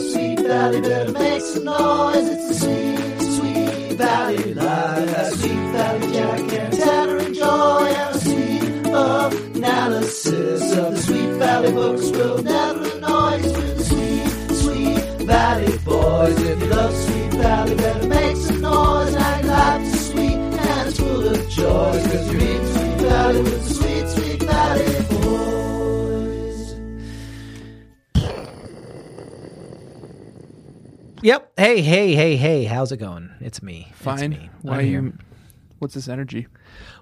Valley better make some noise. It's the sweet, sweet Valley life. That sweet Valley Jack and Tanner joy and a sweet analysis of the Sweet Valley books will never annoy us with the sweet, sweet Valley boys. If you love Sweet Valley, better make some noise. And life's is sweet and it's full of joys. Cause you read Sweet Valley with the sweet, sweet Valley boys. Yep. Hey, hey, hey, hey. How's it going? It's me. It's Fine. me. Why I'm are here. you? What's this energy?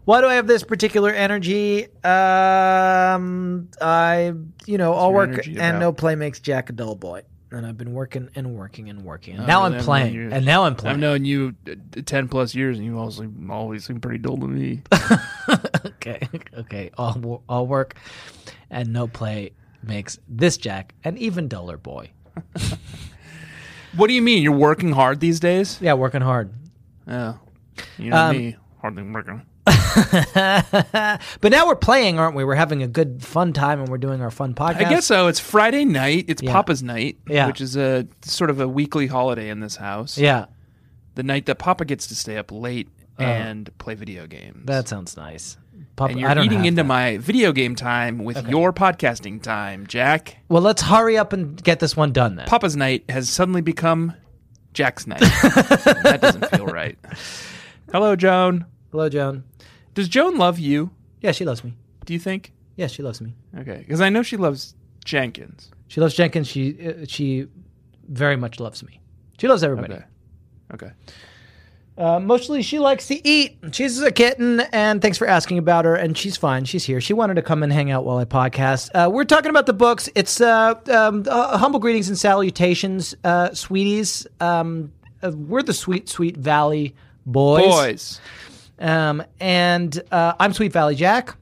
Why do I have this particular energy? Um, I, you know, all your work energy and about? no play makes Jack a dull boy. And I've been working and working and working. And I've now known I'm you playing. years. And now I'm I've playing. known you uh, ten plus years, and you always always seem pretty dull to me. okay. Okay. All, wo- all work and no play makes this Jack an even duller boy. what do you mean? You're working hard these days? Yeah, working hard. Yeah. Oh. You know Um, me, hardly working. but now we're playing, aren't we? We're having a good, fun time and we're doing our fun podcast. I guess so. It's Friday night. It's Yeah. Papa's night, Yeah. which is a sort of a weekly holiday in this house. Yeah. Oh. The night that Papa gets to stay up late and play video games. That sounds nice. Papa, and I you're don't eating have into that. my video game time with your podcasting time, Jack. Well, let's hurry up and get this one done then. Papa's night has suddenly become Jack's night. that doesn't feel right. Hello, Joan. Hello, Joan. Does Joan love you? Yeah, she loves me. Do you think? Yeah, she loves me. Okay, because I know she loves Jenkins. She loves Jenkins. She uh, she very much loves me. She loves everybody. Okay. Okay. Uh, mostly, she likes to eat. She's a kitten, and thanks for asking about her. And she's fine. She's here. She wanted to come and hang out while I podcast. Uh, we're talking about the books. It's uh, um, uh, humble greetings and salutations, uh, sweeties. Um, uh, we're the sweet, sweet Valley boys. Boys. Um, and uh, I'm Sweet Valley Jack.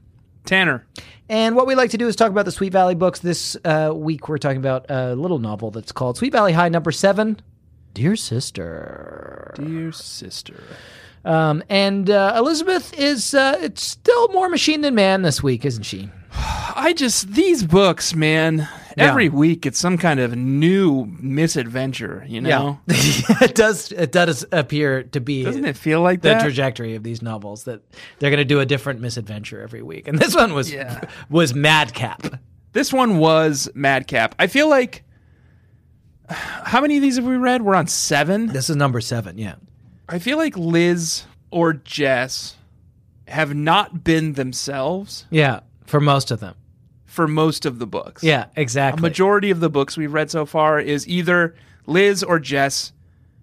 Tanner. And what we like to do is talk about the Sweet Valley books. This uh, week, we're talking about a little novel that's called Sweet Valley High, number seven. Dear Sister. Dear sister. Um, and uh, Elizabeth is uh, it's still more machine than man this week, isn't she? I just these books, man. Every Yeah. week it's some kind of new misadventure, you know? it does. It does appear to be Doesn't it feel like the that? trajectory of these novels that they're going to do a different misadventure every week. And this one was Yeah. was madcap. this one was madcap. I feel like how many of these have we read? We're on seven. This is number seven. Yeah. I feel like Liz or Jess have not been themselves Yeah. For most of them. for most of the books. Yeah. Exactly. A majority of the books we've read so far is either Liz or Jess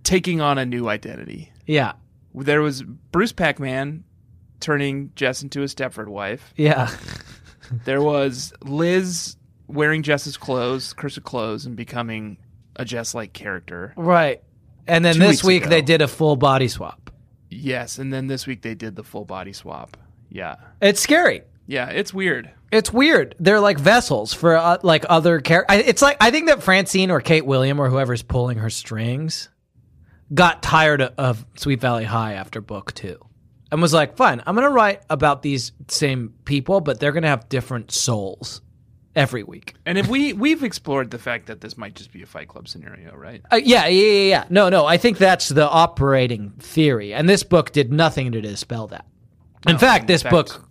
taking on a new identity. yeah. There was Bruce Pac-Man turning Jess into his Stepford wife. Yeah. There was Liz wearing Jess's clothes, cursive clothes, and becoming a Jess-like character. Right. And then Two this weeks week ago. they did a full body swap. Yes, and then this week they did the full body swap. Yeah. It's scary. Yeah, it's weird. It's weird. They're like vessels for uh, like other characters. It's like I think that Francine or Kate William or whoever's pulling her strings got tired of, of Sweet Valley High after book 2 and was like, "Fine, I'm going to write about these same people, but they're going to have different souls every week." And if we we've explored the fact that this might just be a Fight Club scenario, right? Uh, yeah, yeah, yeah, yeah. No, no. I think that's the operating theory, and this book did nothing to dispel that. In fact, this fact- book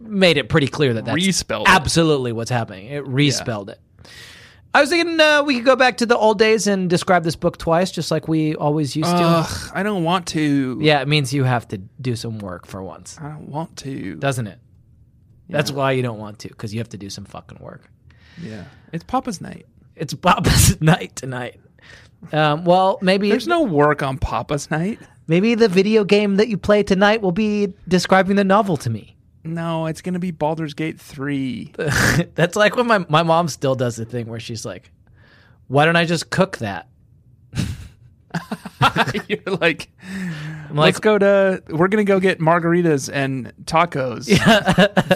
made it pretty clear that that's Respelled it. absolutely what's happening. It respelled it. I was thinking uh, we could go back to the old days and describe this book twice, just like we always used to. Ugh, I don't want to. Yeah, it means you have to do some work for once, I don't want to. doesn't it? That's why you don't want to, because you have to do some fucking work. Yeah, it's Papa's night. It's Papa's night tonight. Um, well, maybe There's no work on Papa's night. Maybe the video game that you play tonight will be describing the novel to me. No, it's gonna be Baldur's Gate three. That's like when my, my mom still does the thing where she's like, why don't I just cook that? You're like, I'm let's like, go to. We're gonna go get margaritas and tacos,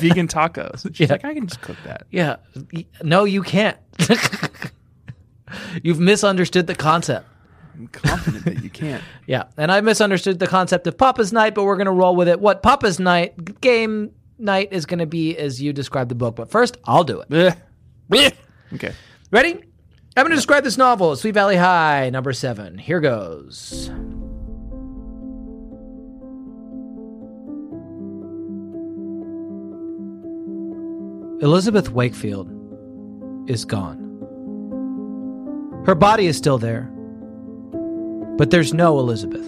vegan tacos. She's like, I can just cook that. yeah, y- no, you can't. You've misunderstood the concept. I'm confident that you can't. Yeah, and I misunderstood the concept of Papa's Night, but we're going to roll with it. What Papa's Night game night is going to be as you described the book. But first, I'll do it. Blech. Blech. okay. Ready? I'm going to describe this novel, Sweet Valley High, number seven. Here goes. Elizabeth Wakefield is gone. Her body is still there, but there's no Elizabeth.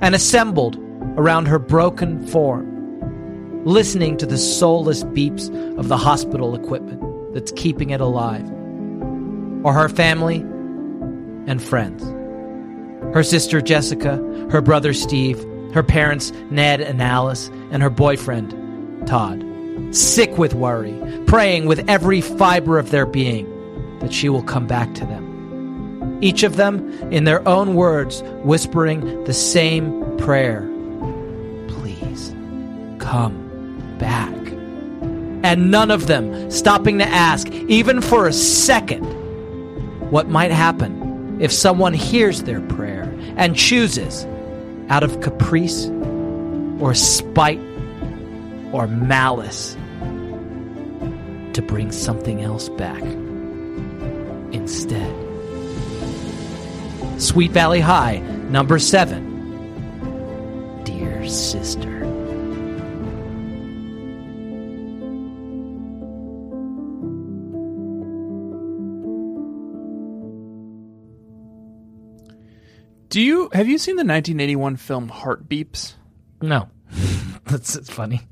And assembled around her broken form, listening to the soulless beeps of the hospital equipment that's keeping it alive, are her family and friends. Her sister Jessica, her brother Steve, her parents Ned and Alice, and her boyfriend Todd sick with worry, praying with every fiber of their being that she will come back to them. Each of them, in their own words, whispering the same prayer Please come back. And none of them stopping to ask, even for a second, what might happen if someone hears their prayer and chooses, out of caprice or spite or malice to bring something else back instead. Sweet Valley High, number seven. Dear sister. Do you have you seen the 1981 film Heartbeeps? No. That's it's funny.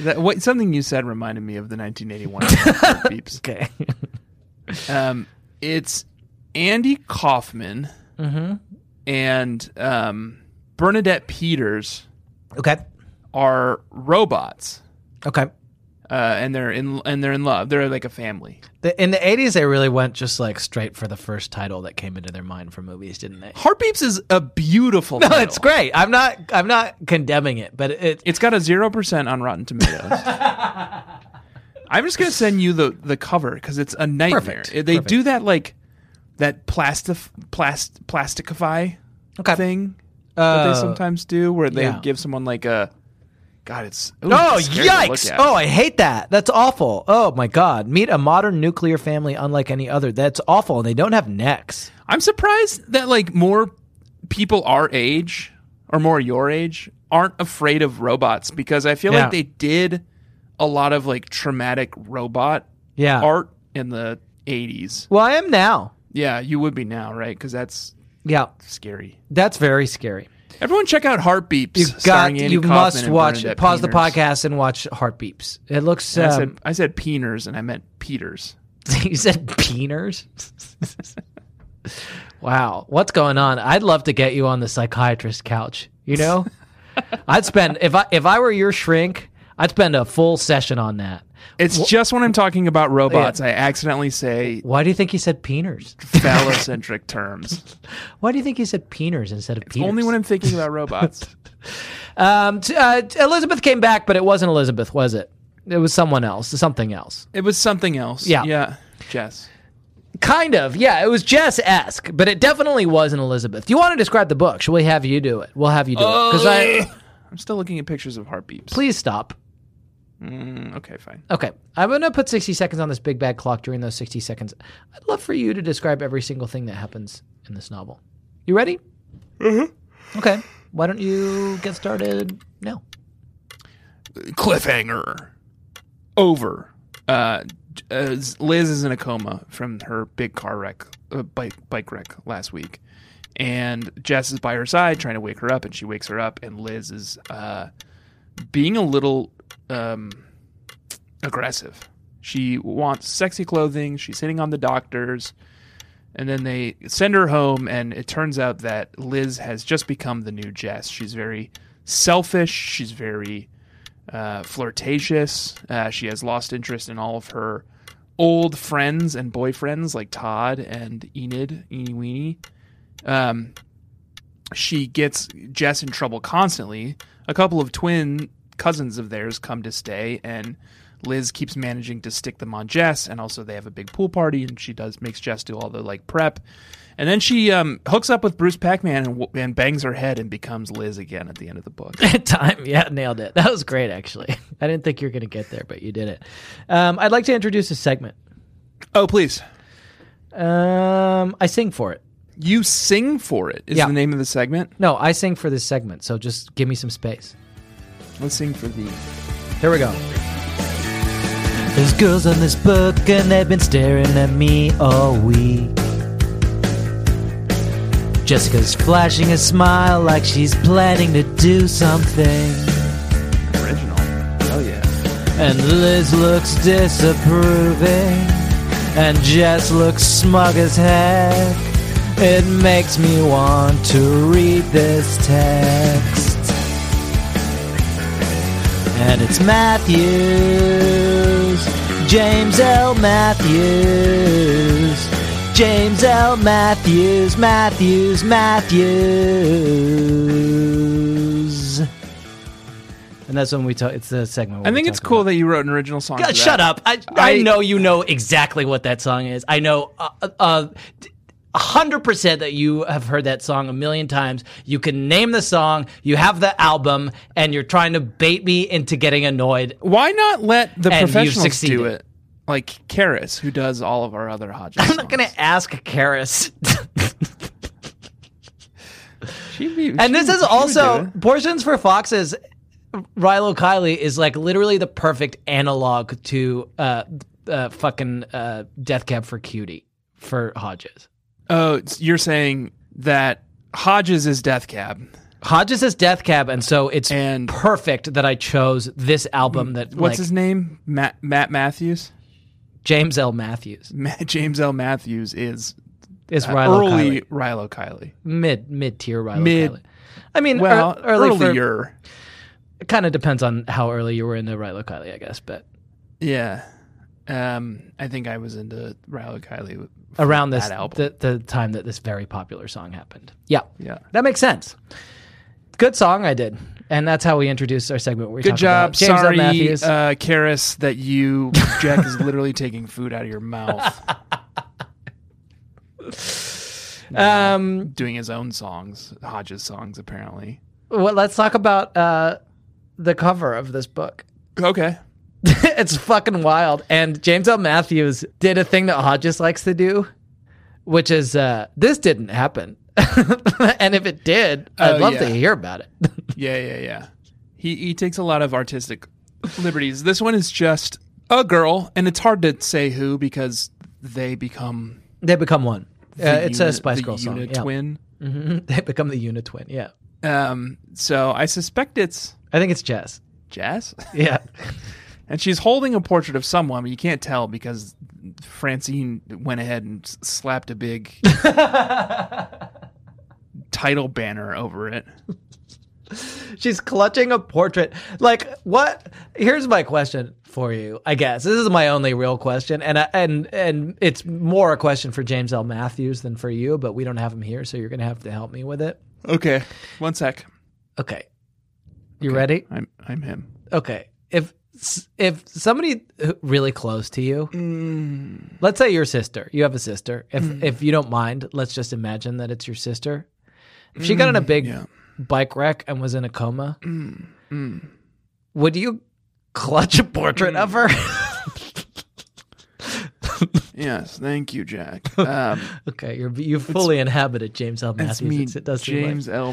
That what something you said reminded me of the 1981 film Heartbeeps. Okay. Um, it's Andy Kaufman Mm-hmm. and um, Bernadette Peters Okay. are robots, Okay. uh, and they're in and they're in love. They're like a family. The, in the 80s, they really went just like straight for the first title that came into their mind for movies, didn't they? Heartbeeps is a beautiful. No, title. it's great. I'm not. I'm not condemning it, but it. It's got a zero percent on Rotten Tomatoes. I'm just gonna send you the the cover because it's a nightmare. Perfect. They Perfect. do that like that plastif plast plasticify Okay. thing that Uh, they sometimes do, where they yeah. give someone like a God. It's ooh, Oh, it's scary to look yikes! at. Oh, I hate that. That's awful. Oh my god. Meet a modern nuclear family unlike any other. That's awful. And they don't have necks. I'm surprised that like more people our age or more your age aren't afraid of robots because I feel Yeah. like they did a lot of like traumatic robot Yeah. art in the 80s. well, I am now. Yeah, you would be now, right? Because that's Yeah, scary. that's very scary. Everyone, check out Heartbeeps. You got. starring Andy You Kaufman must and watch. Bernadette Pause the Peters. podcast and watch Heartbeeps. It looks. I Um, said I said Peeners, and I meant Peters. you said peeners. wow, what's going on? I'd love to get you on the psychiatrist couch. You know, I'd spend if I if I were your shrink, I'd spend a full session on that. It's just when I'm talking Oh, about robots, I accidentally say Why do you think he said peeners? phallocentric terms. Why do you think he said peeners instead of peeners? Only when I'm thinking about robots. um, t- uh, t- Elizabeth came back, but it wasn't Elizabeth, was it? It was someone else, something else. It was something else. Yeah. Yeah. Jess. Kind of, yeah. It was Jess esque, but it definitely wasn't Elizabeth. Do you want to describe the book? Shall we have you do it? We'll have you do it because Uh, I. I'm still looking at pictures of heartbeats. Oh, Please stop. Mm, okay, fine. Okay, I'm gonna put 60 seconds on this big bad clock. During those 60 seconds, I'd love for you to describe every single thing that happens in this novel. You ready? Mm-hmm. Okay. Why don't you get started now? Cliffhanger. Over. Uh, j- uh, Liz is in a coma from her big car wreck, uh, bike bike wreck last week, and Jess is by her side trying to wake her up, and she wakes her up, and Liz is uh, being a little um, aggressive. She wants sexy clothing. She's hitting on the doctors. And then they send her home, and it turns out that Liz has just become the new Jess. She's very selfish. She's very uh, flirtatious. Uh, she has lost interest in all of her old friends and boyfriends like Todd and Enid, Eeny Weeny. Um, she gets Jess in trouble constantly. A couple of twin cousins of theirs come to stay, and Liz keeps managing to stick them on Jess. And also, they have a big pool party, and she does makes Jess do all the like prep. And then she um, hooks up with Bruce Pac-Man and, w- and bangs her head and becomes Liz again at the end of the book. Time. Yeah, nailed it. That was great, actually. I didn't think you were gonna get there, but you did it. Um, I'd like to introduce a segment. Oh, please. Um, I sing for it. You sing for it is Yeah. the name of the segment. No, I sing for this segment. So just give me some space. Let's sing for the. Here we go. There's girls on this book and they've been staring at me all week. Jessica's flashing a smile like she's planning to do something. Original. Oh yeah. And Liz looks disapproving. And Jess looks smug as heck. It makes me want to read this text. And it's Matthews. James L. Matthews. James L. Matthews. Matthews. Matthews. And that's when we talk. It's the segment. where I we think it's talk cool about- that you wrote an original song. God, for that. shut up! I, I I- know you know exactly what that song is. I know uh, uh, a hundred percent that you have heard that song a million times. You can name the song. You have the album, and you're trying to bait me into getting annoyed. Why not let the And you've professionals do succeeded. it? Like Karis, who does all of our other Hodges. I'm not gonna ask Karis. She'd be, and this is also portions for foxes. Rilo Kiley is like literally the perfect analog to uh, uh, fucking uh, Death Cab for Cutie for Hodges. Oh, it's- you're saying that Hodges is Death Cab. Hodges is Death Cab, and so it's And- perfect that I chose this album that Mm. What's like his name? Matt, Matt Matthews. James L. Matthews Matt, James L. Matthews is is uh, Rilo early Kiley. Rilo Kiley. mid mid tier Rilo Mid- Kiley. I mean, Well, ear- early earlier. kind of depends on how early you were into Rilo Kiley, I guess, but Yeah. Um, I think I was into Rilo Kiley. for around this that album. the, the time that this very popular song happened. Yeah, yeah. that makes sense. Good song I did, and that's how we introduced our segment. Where we Good talk job. about James L. Sorry, Matthews. uh, Karis, that you Jack is literally taking food out of your mouth, um, doing his own songs, Hodges songs apparently. well, let's talk about uh, the cover of this book. Okay. it's fucking wild. And James L. Matthews did a thing that Hodges likes to do, which is uh, this didn't happen. and if it did, I'd Oh, love to yeah. hear about it. Yeah, yeah, yeah. He he takes a lot of artistic liberties. This one is just a girl, and it's hard to say who because they become. they become one. Uh, the it's a unit- Spice the Girl song. unit yeah. twin. Mhm. They become the unit twin. Yeah. Um, so I suspect it's I think it's Jess. Jazz. Yeah. And she's holding a portrait of someone, but you can't tell because Francine went ahead and s- slapped a big title banner over it. She's clutching a portrait. Like what? Here's my question for you. I guess this is my only real question, and I, and and it's more a question for James L. Matthews than for you. But we don't have him here, so you're gonna have to help me with it. Okay, one sec. Okay, you ready? I'm I'm him. Okay. If if somebody who- really close to you, let's say your sister, you have a sister. If Mm. if you don't mind, let's just imagine that it's your sister. If she got in a big Mm, yeah. Mm, bike wreck and was in a coma, would you clutch a portrait Mm. of her? Yes, thank you, Jack. Um, okay, you're you fully inhabited James L. Matthews. It's me, It's- it does seem like- James L.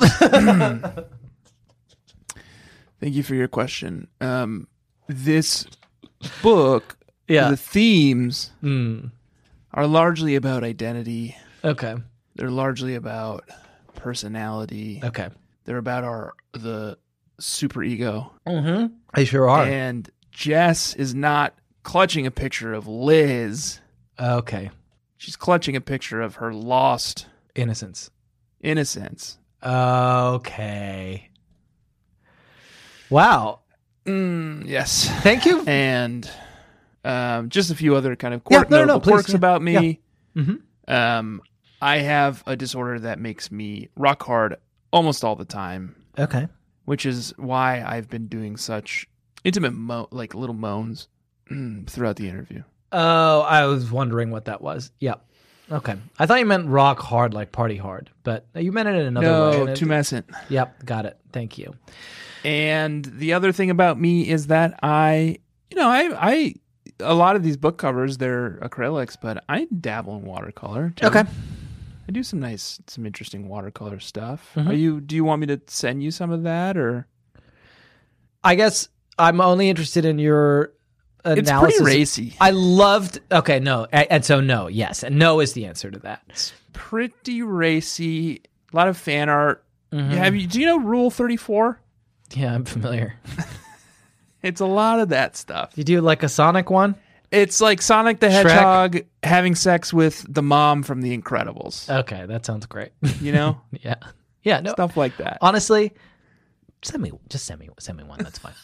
Thank you for your question. Um, this book, Yeah. the themes Mm. are largely about identity. Okay. They're largely about personality. Okay. They're about our the superego. Mm-hmm. They sure are. And Jess is not clutching a picture of Liz. okay. She's clutching a picture of her lost Innocence. innocence. Okay. Wow. Mm, yes. Thank you. and um, just a few other kind of Yeah, quirk, no, no, notable please, quirks yeah, about me. yeah. Mhm. Um, I have a disorder that makes me rock hard almost all the time, Okay. which is why I've been doing such intimate, mo- like little moans mm, throughout the interview. Oh, I was wondering what that was. Yeah. Okay. I thought you meant rock hard, like party hard, but you meant it in another way. No, and it- tumescent. Yep. Got it. Thank you. And the other thing about me is that I, you know, I I a lot of these book covers they're acrylics, but I dabble in watercolor. Too. Okay. I do some nice, some interesting watercolor stuff. Mm-hmm. Are you? Do you want me to send you some of that, or I guess I'm only interested in your it's analysis. pretty racy. I loved. Okay, no, A- and so no, yes, and no is the answer to that. It's pretty racy. A lot of fan art. Mm-hmm. Have you? Do you know Rule Thirty Four? Yeah, I'm familiar. It's a lot of that stuff. You do like a Sonic one? It's like Sonic the Hedgehog having sex with the mom from The Incredibles. Okay, that sounds great. You know, yeah, yeah. No, stuff like that. honestly, send me just send me send me one. That's fine.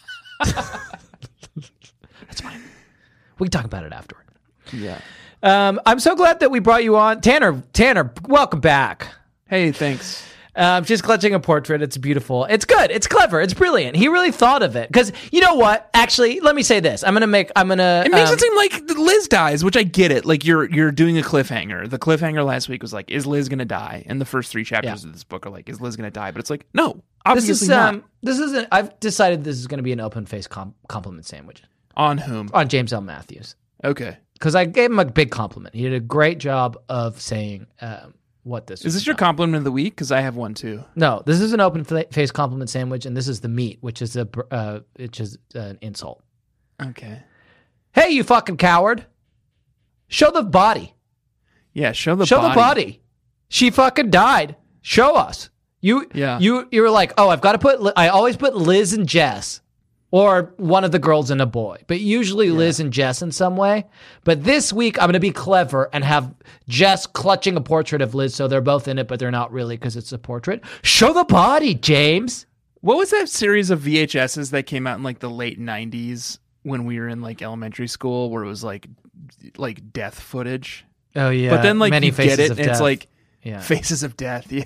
that's fine. We can talk about it afterward. Yeah. Um, I'm so glad that we brought you on, Tanner. Tanner, welcome back. Hey, thanks. Um, she's clutching a portrait. It's beautiful. It's good. It's clever. It's brilliant. He really thought of it. Because you know what? Actually, let me say this. I'm gonna make. I'm gonna. It makes um, it seem like Liz dies, which I get it. Like you're you're doing a cliffhanger. The cliffhanger last week was like, is Liz gonna die? And the first three chapters of this book are like, is Liz gonna die? But it's like, no, this obviously is not. um. This is. An, I've decided this is gonna be an open face com- compliment sandwich On whom? on James L. Matthews. Okay. Because I gave him a big compliment. He did a great job of saying um, what this. Is this your compliment of the week? Because I have one too. No, this is an open fa- face compliment sandwich, and this is the meat, which is a br- uh, which is an insult. Okay. Hey, you fucking coward! Show the body. Yeah, show the Show body. the body. She fucking died. Show us. You Yeah. you you were like, "Oh, I've got to put Li- I always put Liz and Jess or one of the girls and a boy, but usually Liz and Jess in some way. But this week I'm going to be clever and have Jess clutching a portrait of Liz so they're both in it but they're not really cuz it's a portrait. Show the body, James. What was that series of VHSs that came out in like the late '90s when we were in like elementary school, where it was like like death footage? Oh yeah. but then like you get it, and it's like Yeah. Faces of Death. Yeah,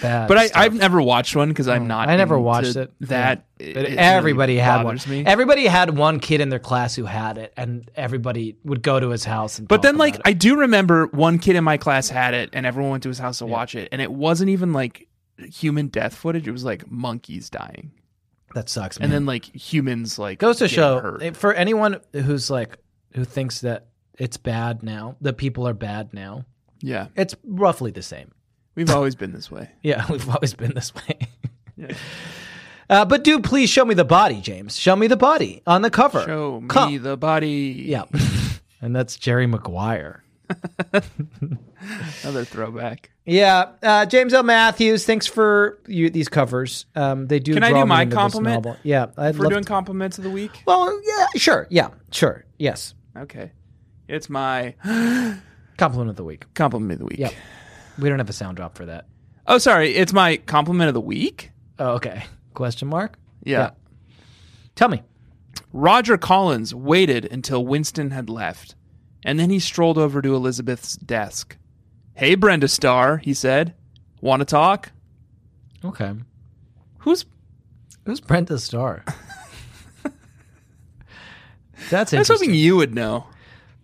Bad but I, stuff. Mm, I've never watched one because I'm not. I never into watched it. That Yeah. it- But it really everybody had one. bothers Me. Everybody had one kid in their class who had it, and everybody would go to his house. And but talk then, about like, it. I do remember one kid in my class had it, and everyone went to his house to watch it, and it wasn't even like human death footage. It was like monkeys dying, that sucks. Man. and then like humans like goes to getting show hurt. it- for anyone who's like who thinks that it's bad now, that people are bad now. yeah, It's roughly the same. we've always been this way. Yeah, we've always been this way. Uh, but do please show me the body, James. Show me the body on the cover. Show me Come. the body. Yeah. and that's Jerry Maguire. another throwback. Yeah, uh, James L. Matthews. Thanks for you, these covers. Um, they do. Can I draw do me my into this compliment? novel. Yeah, I'd We're love. doing to- compliments of the week. well, yeah, sure. Yeah, sure. Yes, Okay, it's my compliment of the week. compliment of the week. Yep. We don't have a sound drop for that. Oh, sorry, it's my compliment of the week. Oh, okay. Question mark. Yeah. Tell me. Roger Collins waited until Winston had left, and then he strolled over to Elizabeth's desk. Hey, Brenda Starr, he said. Want to talk? Okay. Who's. Who's Brenda Starr? That's I was hoping interesting. you would know.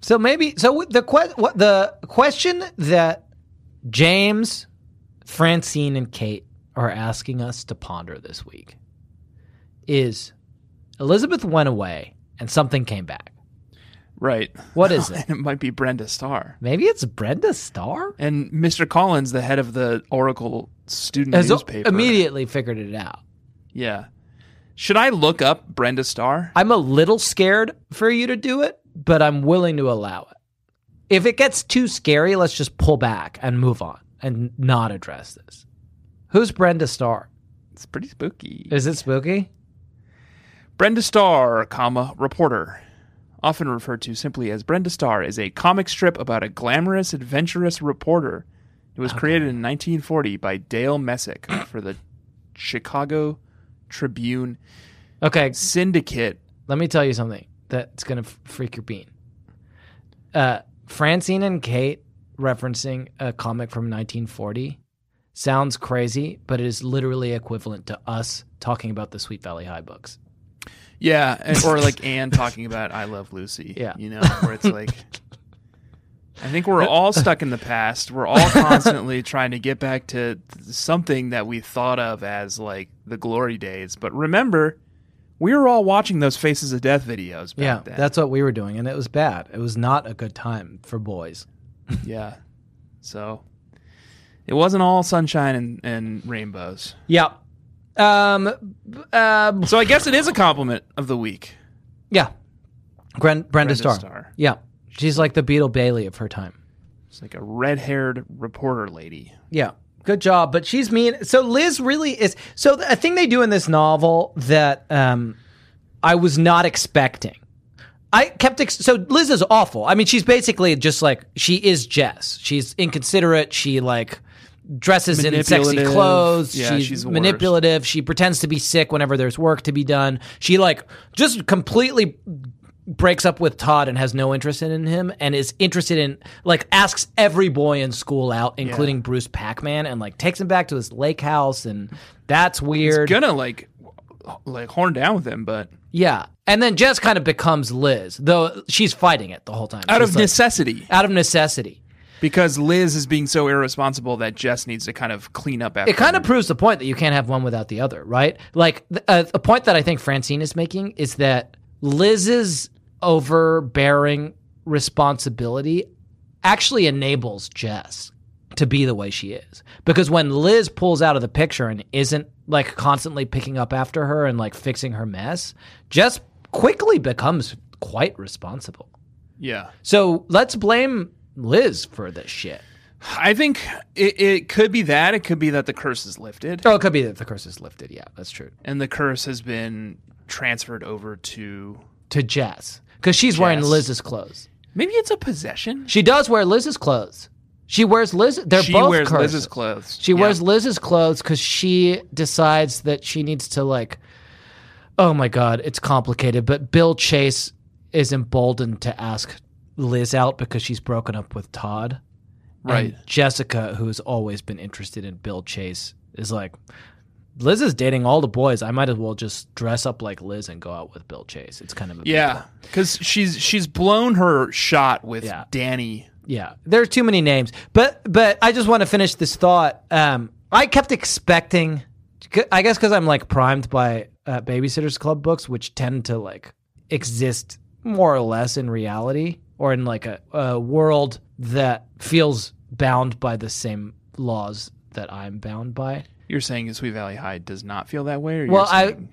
so maybe so the que- what the question that James, Francine, and Kate are asking us to ponder this week is Elizabeth went away and something came back. Right. What is it? And it might be Brenda Starr. Maybe it's Brenda Starr. And Mr. Collins, the head of the Oracle student Has newspaper. immediately figured it out. Yeah. Should I look up Brenda Starr? I'm a little scared for you to do it, but I'm willing to allow it. If it gets too scary, let's just pull back and move on and not address this. Who's Brenda Starr? It's pretty spooky. Is it spooky? Brenda Starr, comma, reporter. Often referred to simply as Brenda Starr is a comic strip about a glamorous, adventurous reporter. It was created in 1940 by Dale Messick for the Chicago Tribune Okay, Syndicate. let me tell you something that's going to freak your bean. Uh, Francine and Kate referencing a comic from 1940 sounds crazy, but it is literally equivalent to us talking about the Sweet Valley High books. Yeah, and- or like Anne talking about I Love Lucy. Yeah. You know, where it's like. I think we're all stuck in the past. We're all constantly trying to get back to th- something that we thought of as like the glory days. But remember, We were all watching those Faces of Death videos back yeah, then. that's what we were doing, and it was bad. It was not a good time for boys. yeah. So it wasn't all sunshine and, and rainbows. Yeah. Um. b- Uh, So I guess it is a compliment of the week. yeah. Gren- Brenda, Starr. Starr. Yeah, she's like the Beetle Bailey of her time. It's like a red haired reporter lady. Yeah. Good job, but she's mean. So Liz really is. So th- a thing they do in this novel that um, I was not expecting. I kept ex- so Liz is awful. I mean, she's basically just like she is Jess. She's inconsiderate. She like dresses in sexy Manipulative. clothes. Yeah, she's, she's the worst. manipulative. She pretends to be sick whenever there's work to be done. She like just completely breaks up with Todd and has no interest in him and is interested in like asks every boy in school out, including Bruce Pac-Man, and like takes him back to his lake house and that's weird. Gonna like w- like horn down with him, but Yeah. And then Jess kind of becomes Liz, though she's fighting it the whole time. out She's of like- necessity. out of necessity. Because Liz is being so irresponsible that Jess needs to kind of clean up after It kind her. of proves the point that you can't have one without the other, right? Like th- uh, a point that I think Francine is making is that Liz's overbearing responsibility actually enables Jess to be the way she is. Because when Liz pulls out of the picture and isn't like constantly picking up after her and like fixing her mess, Jess quickly becomes quite responsible. Yeah. So let's blame Liz for this shit. I think it, it could be that. It could be that the curse is lifted Oh, it could be that the curse is lifted. Yeah, that's true. and the curse has been transferred over to. To Jess. Because she's wearing Jess. Liz's clothes. Maybe it's a possession. She does wear Liz's clothes. She wears Liz. They're she both wears curses. Liz's clothes. She Yeah. wears Liz's clothes because she decides that she needs to like. Oh my God, it's complicated. But Bill Chase is emboldened to ask Liz out because she's broken up with Todd. right. And Jessica, who has always been interested in Bill Chase, is like, Liz is dating all the boys. I might as well just dress up like Liz and go out with Bill Chase. It's kind of a big Yeah, deal." because she's she's blown her shot with Yeah. Danny. yeah. There's too many names, but but I just want to finish this thought. Um, I kept expecting, I guess, because I'm like primed by uh, Babysitters Club books, which tend to like exist more or less in reality or in like a, a world that feels bound by the same laws that I'm bound by. You're saying Sweet Valley High does not feel that way. Or Well, you're I saying-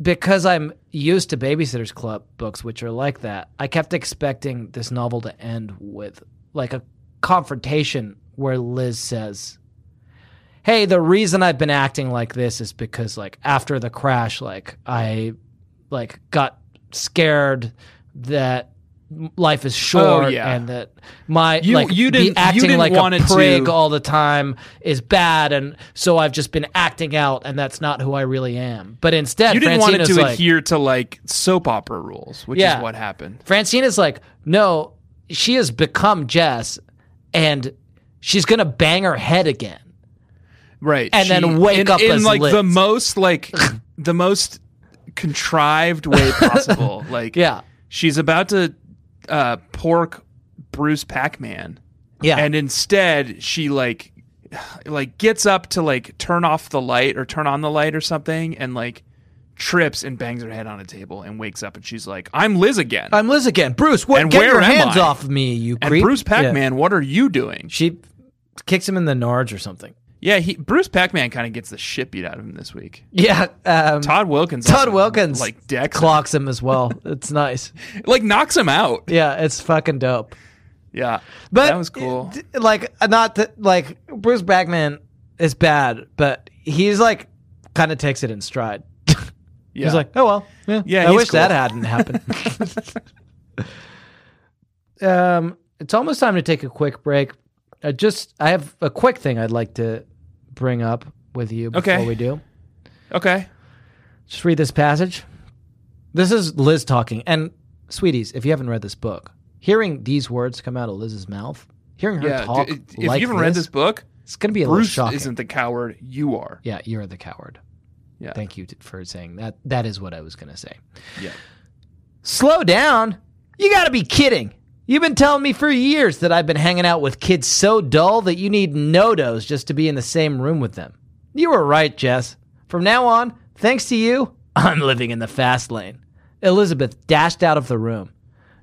because I'm used to Babysitters Club books, which are like that. I kept expecting this novel to end with like a confrontation where Liz says, "Hey, the reason I've been acting like this is because like after the crash, like I like got scared that." Life is short, Oh, yeah. and that my You- like you be didn't- you acting didn't like want a it to- prig all the time is bad, and so I've just been acting out, and that's not who I really am. But instead, you didn't want it Francina's to like, adhere to like soap opera rules, which Yeah. is what happened. Francina's like, no, she has become Jess, and she's gonna bang her head again. Right, And then wake in, up in as like Liz. the most like the most contrived way possible. like, Yeah. she's about to uh, pork Bruce Pac-Man. Yeah, and instead she like like gets up to like turn off the light or turn on the light or something and like trips and bangs her head on a table and wakes up and she's like i'm liz again I'm Liz again. Bruce, what? And get where your am hands I? off me, you and creep. bruce Yeah. pac-man what are you doing She kicks him in the nards or something. yeah he bruce pac-man kind of gets the shit beat out of him this week Yeah, um, todd wilkins Todd also, Wilkins like decks him. clocks him as well. it's nice. like knocks him out Yeah, it's fucking dope. yeah But that was cool d- Like uh, not that like Bruce Bagman is bad, but he's like kind of takes it in stride. yeah He's like, oh well, yeah, Yeah, I he's wish cool. that hadn't happened. um, it's almost time to take a quick break. I just I have a quick thing I'd like to bring up with you before Okay. we do. okay Just read this passage. This is Liz talking. And sweeties, if you haven't read this book, hearing these words come out of Liz's mouth, hearing her yeah talk d- if you like haven't read this book it's going to be a bruce little shocking. isn't the coward you are Yeah, you're the coward. Yeah. Thank you t- for saying that. That is what I was going to say. Yeah. Slow down. You got to be kidding. You've been telling me for years that I've been hanging out with kids so dull that you need no-dos just to be in the same room with them. You were right, Jess. From now on, thanks to you, I'm living in the fast lane. Elizabeth dashed out of the room.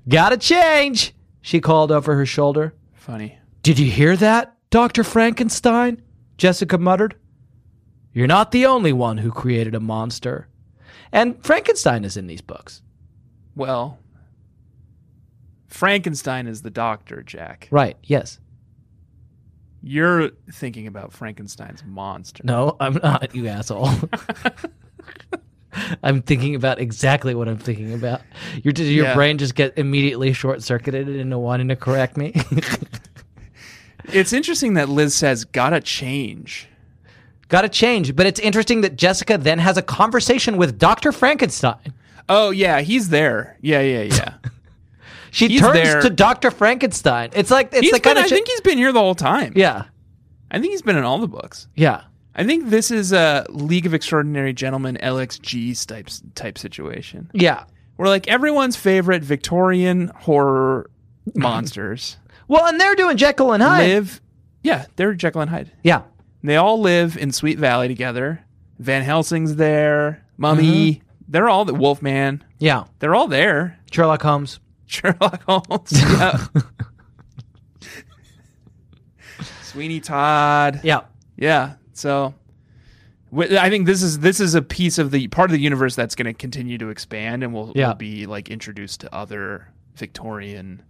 Gotta change, she called over her shoulder. Funny. Did you hear that, Dr. Frankenstein? Jessica muttered. You're not the only one who created a monster. And Frankenstein is in these books. Well, Frankenstein is the doctor, Jack. Right, yes. You're thinking about Frankenstein's monster. No, I'm not, you asshole. I'm thinking about exactly what I'm thinking about. Your, did your Yeah. brain just get immediately short circuited into wanting to correct me? It's interesting that Liz says, gotta change. Gotta change. But it's interesting that Jessica then has a conversation with Dr. Frankenstein. Oh, yeah, he's there. Yeah, yeah, yeah. She He's turns there. to Dr. Frankenstein. It's like, it's He's the kind been- of I shit. think he's been here the whole time. Yeah, I think he's been in all the books. yeah. I think this is a League of Extraordinary Gentlemen LXG type type situation. Yeah. We're like everyone's favorite Victorian horror monsters Well, and they're doing Jekyll and Hyde. live. Yeah, they're Jekyll and Hyde. Yeah. They all live in Sweet Valley together. Van Helsing's there. Mummy. They're all the Wolfman. Yeah. They're all there. Sherlock Holmes. Sherlock Holmes. Yeah. Sweeney Todd. Yeah. Yeah. So wi- I think this is this is a piece of the part of the universe that's going to continue to expand and will Yeah. will be like introduced to other Victorian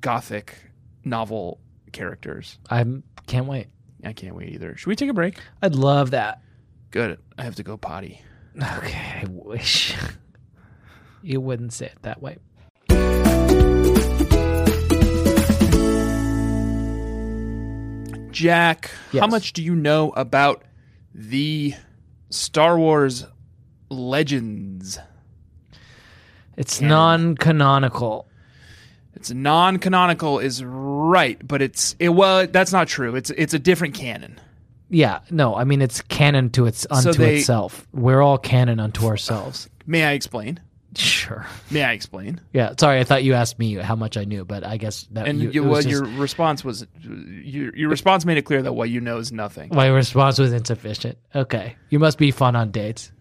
gothic novel characters. I can't wait. I can't wait either. Should we take a break? I'd love that. Good. I have to go potty. Okay, I wish. you wouldn't say it that way. Jack, how Yes. much do you know about the Star Wars Legends? It's non canonical. It's non-canonical is right, but it's it well that's not true. It's it's a different canon. Yeah, no, I mean it's canon to its unto they- itself. We're all canon unto ourselves. May I explain? sure. May I explain? Yeah, sorry, I thought you asked me how much I knew, but I guess that And you, you, it was well, just- your response was your, your response made it clear that what you know is nothing. my response was insufficient. Okay. You must be fun on dates.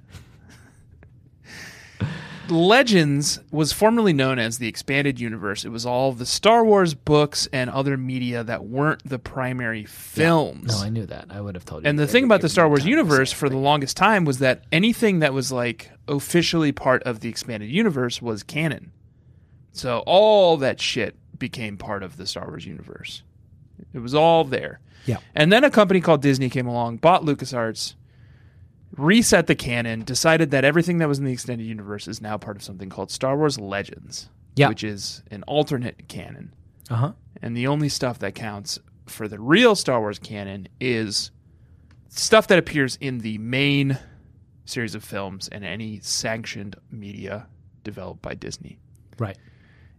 Legends was formerly known as the expanded universe. It was all the Star Wars books and other media that weren't the primary films. No, I knew that. I would have told you. and the that thing every- about the Star every Wars time you universe said for the longest time was that anything that was like officially part of the expanded universe was canon. So all that shit became part of the Star Wars universe. It was all there. Yeah. And then a company called Disney came along, bought LucasArts, reset the canon, decided that everything that was in the extended universe is now part of something called Star Wars Legends, Yeah. which is an alternate canon. it. Uh-huh. And the only stuff that counts for the real Star Wars canon is stuff that appears in the main series of films and any sanctioned media developed by Disney. Right.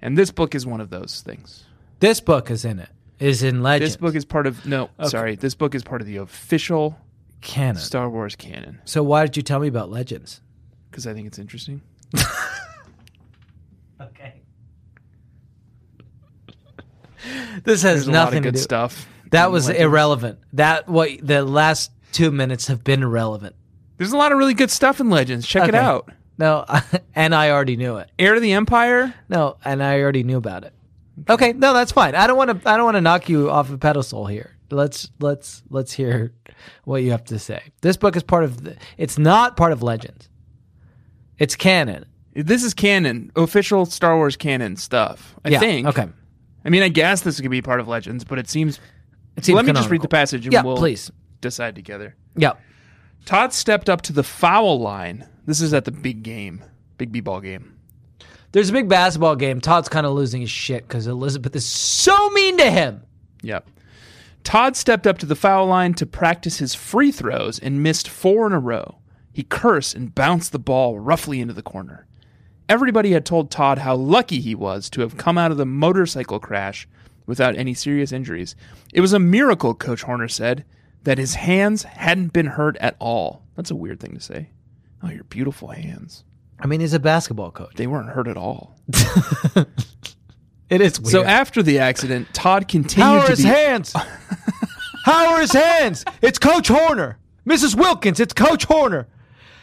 And this book is one of those things. This book is in it. Is in legend. This book is part of no, sorry, this book is part of the official canon. Star Wars canon So why did you tell me about legends? because I think it's interesting. Okay. this has There's a lot nothing of to good do. stuff. That in was Legends. irrelevant. That what the last two minutes have been irrelevant. There's a lot of really good stuff in Legends. Check it Okay. out. No, and I already knew it. Heir to the Empire. No, and I already knew about it. Okay, no, that's fine. I don't want to. I don't want to knock you off a pedestal here. Let's let's let's hear what you have to say. This book is part of. The, it's not part of Legends. It's canon. This is canon, official Star Wars canon stuff. I yeah. think. Okay. I mean, I guess this could be part of Legends, but it seems. It seems Let me just read canonical. the passage and Yeah, we'll please. decide together. Yeah. Todd stepped up to the foul line. This is at the big game, big B ball game. There's a big basketball game. Todd's kind of losing his shit because Elizabeth is so mean to him. Yep. Todd stepped up to the foul line to practice his free throws and missed four in a row. He cursed and bounced the ball roughly into the corner. Everybody had told Todd how lucky he was to have come out of the motorcycle crash without any serious injuries. It was a miracle, Coach Horner said, that his hands hadn't been hurt at all. That's a weird thing to say. Oh, your beautiful hands. I mean, he's a basketball coach. They weren't hurt at all. It is weird. So after the accident, Todd continued How are to his be hands? How are his hands? It's Coach Horner. Mrs. Wilkins, it's Coach Horner.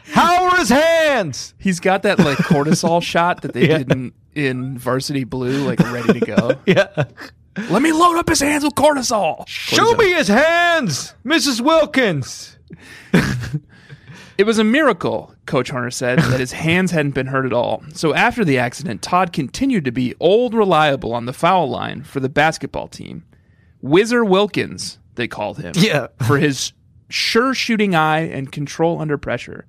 How are his hands? He's got that like cortisol shot that they Yeah. did in, in Varsity Blue, like ready to go. Yeah. Let me load up his hands with cortisol. Show Cortisol. me his hands, Mrs. Wilkins. It was a miracle, Coach Horner said, that his hands hadn't been hurt at all. So after the accident, Todd continued to be old reliable on the foul line for the basketball team. Whizzer Wilkins, they called him. Yeah. For his sure shooting eye and control under pressure.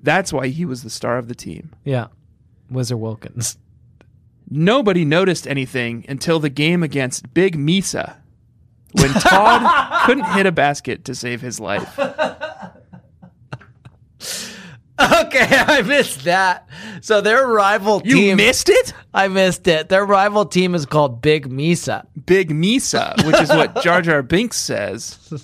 That's why he was the star of the team. Yeah. Wizard Wilkins. Nobody noticed anything until the game against Big Misa when Todd couldn't hit a basket to save his life. Okay, I missed that. So their rival You team missed it? I missed it. Their rival team is called Big Misa. Big Misa, which is what Jar Jar Binks says.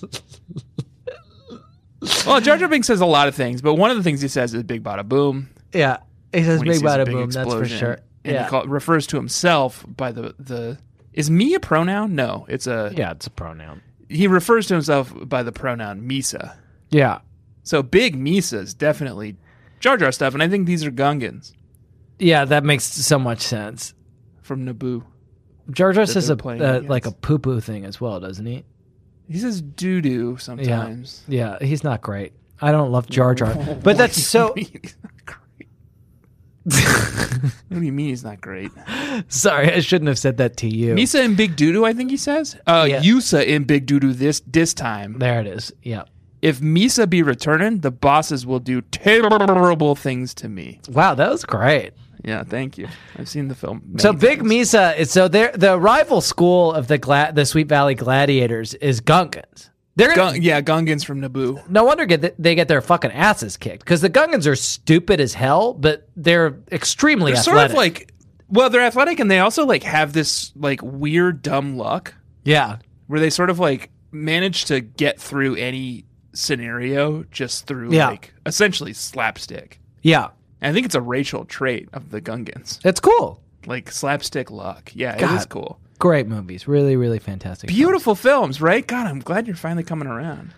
Well, Jar Jar Binks says a lot of things, but one of the things he says is "Big Bada Boom." Yeah. He says when he Big sees a Bada Boom, that's for sure. And Yeah. he call, refers to himself by the the. Is me a pronoun? No, it's a. yeah, it's a pronoun. He refers to himself by the pronoun Misa. Yeah. So Big Misa is definitely Jar Jar stuff, and I think these are Gungans Yeah, that makes so much sense. from Naboo. Jar Jar says they're a, playing uh, against. like a poo poo thing as well, doesn't he? He says doo doo sometimes. Yeah, he's not great. I don't love Jar Jar, but that's so. What do you mean he's not great? What do you mean he's not great? Sorry, I shouldn't have said that to you. Misa in Big Doodoo, I think he says. Uh, Yeah. Yusa in Big Doodoo this this time. there it is. Yeah. If Misa be returning, the bosses will do terrible things to me. Wow, that was great. Yeah, thank you. I've seen the film. many So Big times. Misa is so they're the rival school of the Gla- the Sweet Valley Gladiators is Gungans. They're gonna, Gung- yeah, Gungans from Naboo. no wonder get th- they get their fucking asses kicked because the Gungans are stupid as hell, but they're extremely They're sort athletic. of like, well, they're athletic and they also like have this like weird dumb luck yeah, where they sort of like manage to get through any scenario just through Yeah. like essentially slapstick. yeah, And I think it's a racial trait of the Gungans. it's cool. like slapstick luck. Yeah, it is God. cool. Great movies, really, really fantastic. films. Beautiful films, right? God, I'm glad you're finally coming around.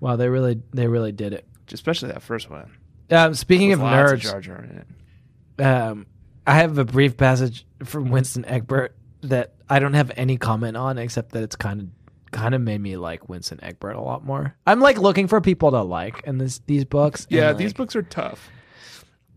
Wow, they really they really did it. Especially that first one. Um, speaking With of lots nerds, Jar Jar in it. um, I have a brief passage from Winston Egbert that I don't have any comment on except that it's kind of kind of made me like Winston Egbert a lot more. I'm like looking for people to like in this these books. and, Yeah, like, these books are tough.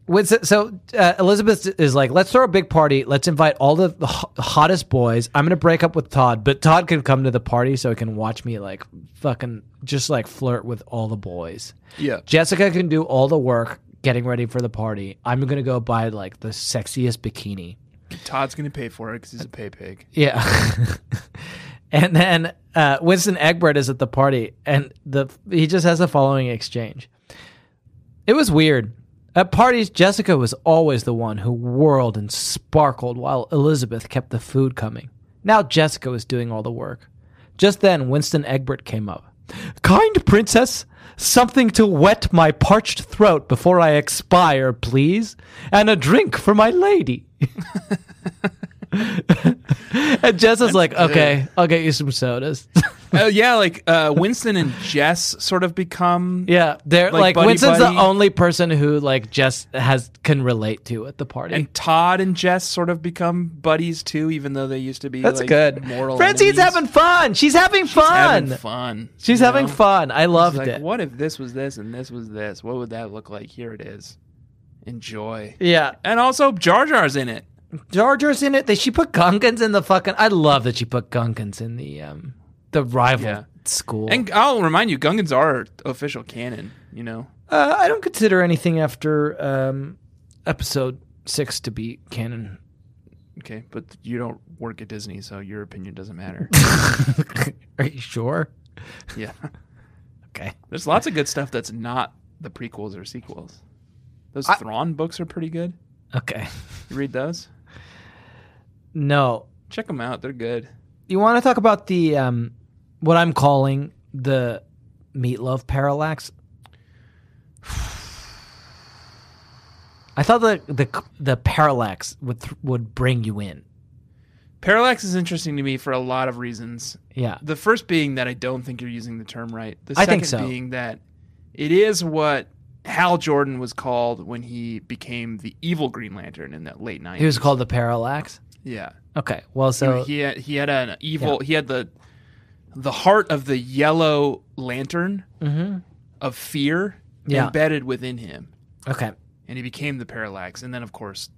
Winston, so uh, Elizabeth is like, let's throw a big party. Let's invite all the, the ho- hottest boys. I'm gonna break up with Todd, but Todd can come to the party so he can watch me like fucking just like flirt with all the boys. Yeah. Jessica can do all the work getting ready for the party. I'm gonna go buy like the sexiest bikini. Todd's going to pay for it because he's a pay pig. Yeah. and then uh, Winston Egbert is at the party, and the he just has the following exchange. It was weird. At parties, Jessica was always the one who whirled and sparkled while Elizabeth kept the food coming. Now Jessica was doing all the work. Just then, Winston Egbert came up. Kind princess, something to wet my parched throat before I expire, please, and a drink for my lady. and Jess is like, okay, I'll get you some sodas. Oh, yeah, like uh, Winston and Jess sort of become. yeah, they're Like like, buddy Winston's buddy. the only person who like Jess has can relate to at the party. And Todd and Jess sort of become buddies too, even though they used to be. That's like, good. Moral Francine's enemies. having fun. She's having fun. having fun. She's you having know? fun. I It's loved like, it. what if this was this and this was this? What would that look like? Here it is. Enjoy. Yeah, And also, Jar Jar's in it. Jar Jar's in it. They, she put Gunkins in the fucking. I love that she put Gunkins in the um the rival Yeah. school. And I'll remind you, Gungans are official canon, you know? uh, I don't consider anything after um episode six to be canon. Okay, but you don't work at Disney, so your opinion doesn't matter. Are you sure? yeah. Okay. There's lots of good stuff that's not the prequels or sequels. Those Thrawn books are pretty good. Okay. You read those? No, Check them out. They're good. you want to talk about the um, what I'm calling the meatloaf parallax? I thought the the the parallax would th- would bring you in. Parallax is interesting to me for a lot of reasons. Yeah, The first being that I don't think you're using the term right. The I second think so. being that it is what Hal Jordan was called when he became the evil Green Lantern in that late 90s. He was called the Parallax. yeah. Okay. Well, so he had, he had an evil he had the the heart of the yellow lantern mm-hmm. of fear Yeah. embedded within him okay. and he became the parallax and then of course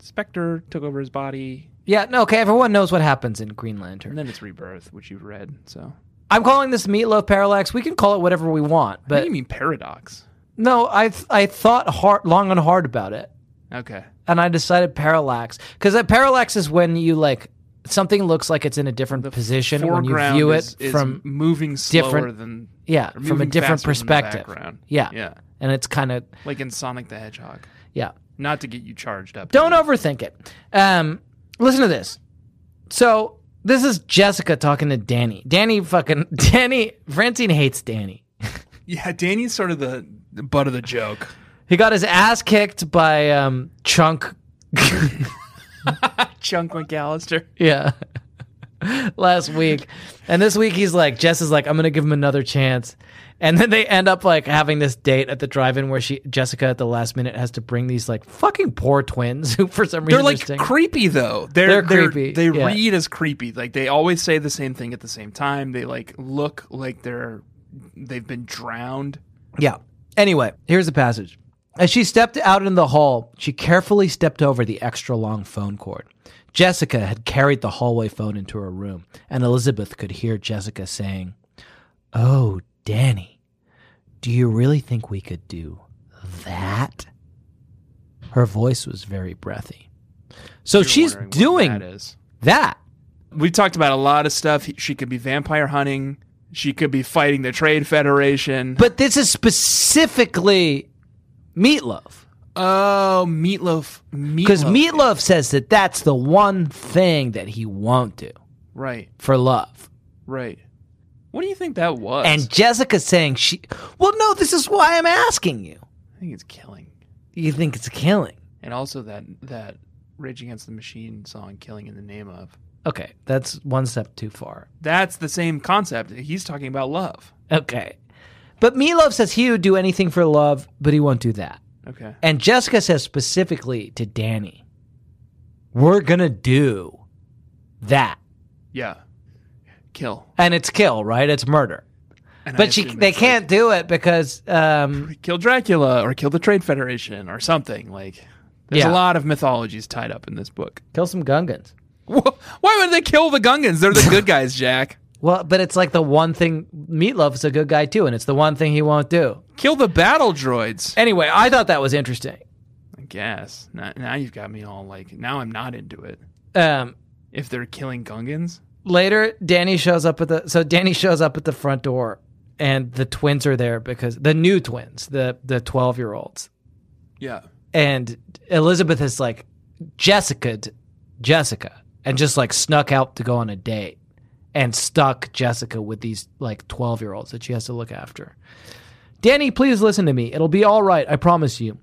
spectre took over his body Yeah. No. Okay. Everyone knows what happens in Green and Lantern. then it's rebirth which you've read so I'm calling this meatloaf parallax. We can call it whatever we want, what do but you mean paradox no, I th- I thought hard, long and hard about it, okay and I decided parallax because a parallax is when you like something looks like it's in a different position when you Foreground view it is, is from moving slower different- than yeah or from a moving different faster than the perspective. background. Yeah. yeah and it's kind of like in sonic the hedgehog yeah. not to get you charged up Don't overthink it. Um, listen to this. So this is Jessica talking to Danny. Danny fucking Danny. Francine hates Danny. yeah danny's sort of the the butt of the joke He got his ass kicked by um, Chunk. chunk mcallister Yeah. Last week. And this week he's like, Jess is like, I'm gonna give him another chance. And then they end up like having this date at the drive in where she Jessica at the last minute has to bring these like fucking poor twins who for some reason They're like staying- creepy though. They're They're, creepy, creepy. They yeah. read as creepy. Like they always say the same thing at the same time. They like look like they're they've been drowned. Yeah. Anyway, here's the passage. As she stepped out in the hall, she carefully stepped over the extra long phone cord. Jessica had carried the hallway phone into her room, and Elizabeth could hear Jessica saying, Oh, Danny, do you really think we could do that? Her voice was very breathy. So You're she's wondering what doing that that, is. We talked about a lot of stuff. She could be vampire hunting. She could be fighting the Trade Federation. But this is specifically meatloaf. oh, meatloaf. Because Meatloaf. Meatloaf says that that's the one thing that he won't do Right. for love. Right. What do you think that was? And Jessica's saying she, well, no, this is why I'm asking you. I think it's killing. You think it's killing. And also that that Rage Against the Machine song, "Killing in the Name of." Okay, that's one step too far. That's the same concept. He's talking about love. Okay. But Meatloaf says he would do anything for love, but he won't do that. Okay. And Jessica says specifically to Danny, we're going to do that. Yeah. Kill. And it's kill, right? It's murder. And I But she, assume they it's can't do it because um, like, kill Dracula or kill the Trade Federation or something. Like there's Yeah. a lot of mythologies tied up in this book. kill some Gungans. Wh- Why would they kill the Gungans? They're the good guys, Jack. Well, but it's like the one thing Meatloaf's a good guy too, and it's the one thing he won't do. Kill the battle droids. Anyway, I thought that was interesting. I guess. Now, now you've got me all like now I'm not into it. Um, If they're killing Gungans? later, Danny shows up at the so Danny shows up at the front door, and the twins are there because the new twins, the the twelve year olds, Yeah. and Elizabeth is like Jessica, Jessica, and just like snuck out to go on a date, and stuck Jessica with these like twelve year olds that she has to look after. Danny, please listen to me. It'll be all right. I promise you.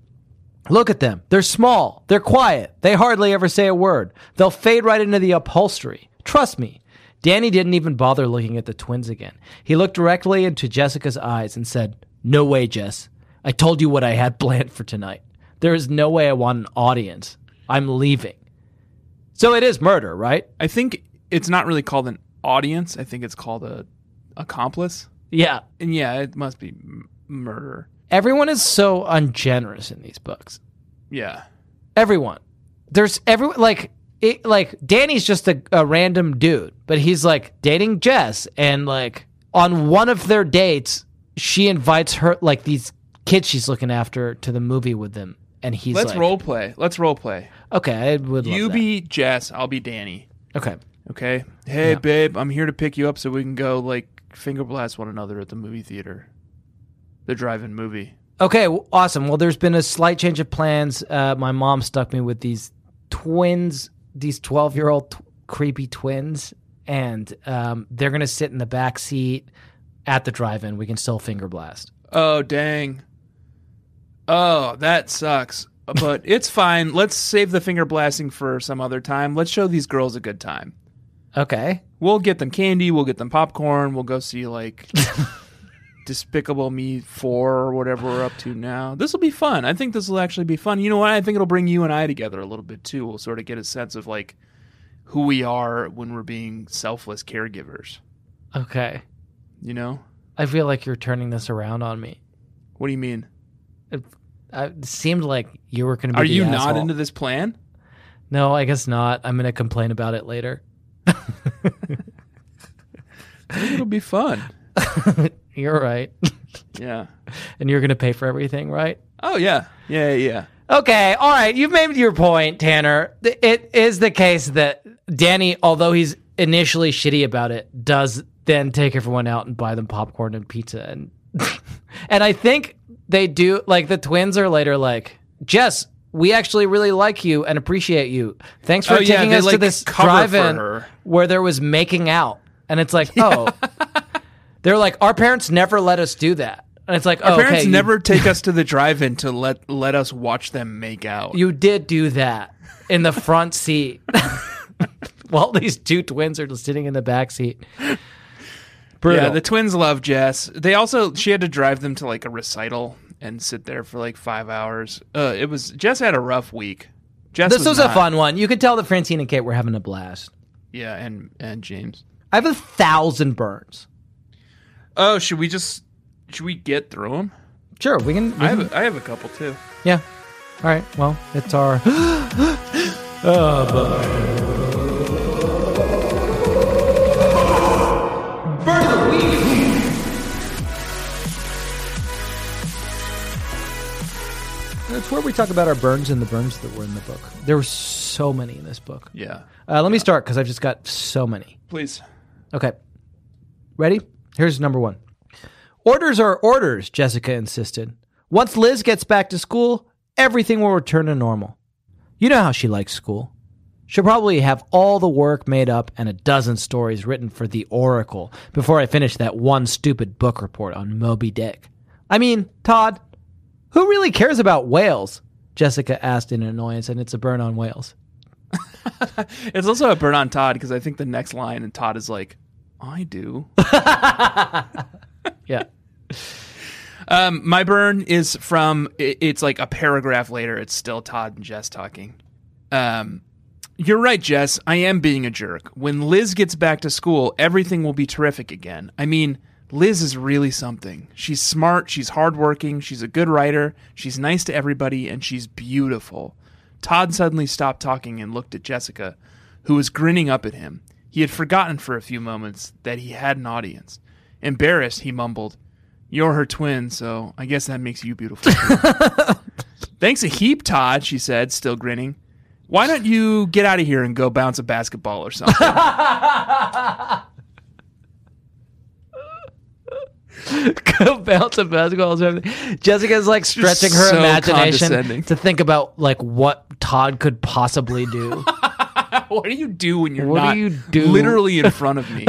Look at them. They're small. They're quiet. They hardly ever say a word. They'll fade right into the upholstery. Trust me. Danny didn't even bother looking at the twins again. He looked directly into Jessica's eyes and said, No way, Jess. I told you what I had planned for tonight. There is no way I want an audience. I'm leaving. So it is murder, right? I think it's not really called an audience. I think it's called a accomplice. Yeah. And yeah, it must be m- murder. Everyone is so ungenerous in these books. Yeah. everyone. There's everyone like it, like Danny's just a, a random dude, but he's like dating Jess, and like on one of their dates, she invites her like these kids she's looking after to the movie with them, and he's Let's like, role play. Let's role play. Okay, I would love You that." be Jess, I'll be Danny. okay. Okay. Hey, babe, I'm here to pick you up so we can go like finger blast one another at the movie theater, the drive-in movie. Okay, w awesome. Well, there's been a slight change of plans. Uh, my mom stuck me with these twins, these 12 year old t- creepy twins, and um, they're going to sit in the back seat at the drive in. We can still finger blast. Oh dang. Oh, that sucks. But it's fine. Let's save the finger blasting for some other time. Let's show these girls a good time. Okay. We'll get them candy. We'll get them popcorn. We'll go see like Despicable Me 4 or whatever we're up to now. This will be fun. I think this will actually be fun. You know what? I think it'll bring you and I together a little bit too. We'll sort of get a sense of like who we are when we're being selfless caregivers, Okay. you know? I feel like you're turning this around on me. What do you mean? I, it seemed like you were going to be Are the you asshole. not into this plan? No, I guess not. I'm going to complain about it later. I think it'll be fun. you're right. Yeah. and you're going to pay for everything, right? Oh yeah. Yeah, yeah, yeah. Okay, all right. You've made your point, Tanner. Th- It is the case that Danny, although he's initially shitty about it, does then take everyone out and buy them popcorn and pizza and and I think they do like the twins are later like, "Jess, we actually really like you and appreciate you. Thanks for Oh, yeah, taking they, us to like, this cover for drive-in her. where there was making out." And it's like, "Oh, they're like, our parents never let us do that." And it's like, "Oh, Parents okay, you- never take us to the drive-in to let let us watch them make out. You did do that in the front seat. While these two twins are just sitting in the back seat. Brutal. Yeah, the twins love Jess. They also she had to drive them to like a recital and sit there for like five hours. Uh, it was Jess had a rough week. Jess this was a not- fun one. You could tell that Francine and Kate were having a blast. Yeah, and and James. I have a thousand burns. Oh, should we just should we get through them? Sure, we can. I have a, I have a couple too. yeah. All right. Well, it's our. That's where we talk about our burns and the burns that were in the book. There were so many in this book. Yeah, Uh, let me start because I've just got so many. please. Okay. Ready? Here's number one. Orders are orders, Jessica insisted. Once Liz gets back to school, everything will return to normal. You know how she likes school. She'll probably have all the work made up and a dozen stories written for The Oracle before I finish that one stupid book report on Moby Dick. I mean, Todd, who really cares about whales? Jessica asked in annoyance, and it's a burn on whales. It's also a burn on Todd because I think the next line and Todd is like, I do. Yeah. Um, my burn is from i- it's like a paragraph later. It's still Todd and Jess talking. Um, you're right, Jess. I am being a jerk. When Liz gets back to school, everything will be terrific again. I mean, Liz is really something. She's smart. She's hardworking. She's a good writer. She's nice to everybody, and she's beautiful. Todd suddenly stopped talking and looked at Jessica, who was grinning up at him. He had forgotten for a few moments that he had an audience. Embarrassed, he mumbled, you're her twin, so I guess that makes you beautiful. Thanks a heap, Todd, she said, still grinning. Why don't you get out of here and go bounce a basketball or something? go bounce a basketball. or something. Jessica's like stretching her so imagination condescending. to think about like what Todd could possibly do. what do you do when you're What do not you do? literally in front of me?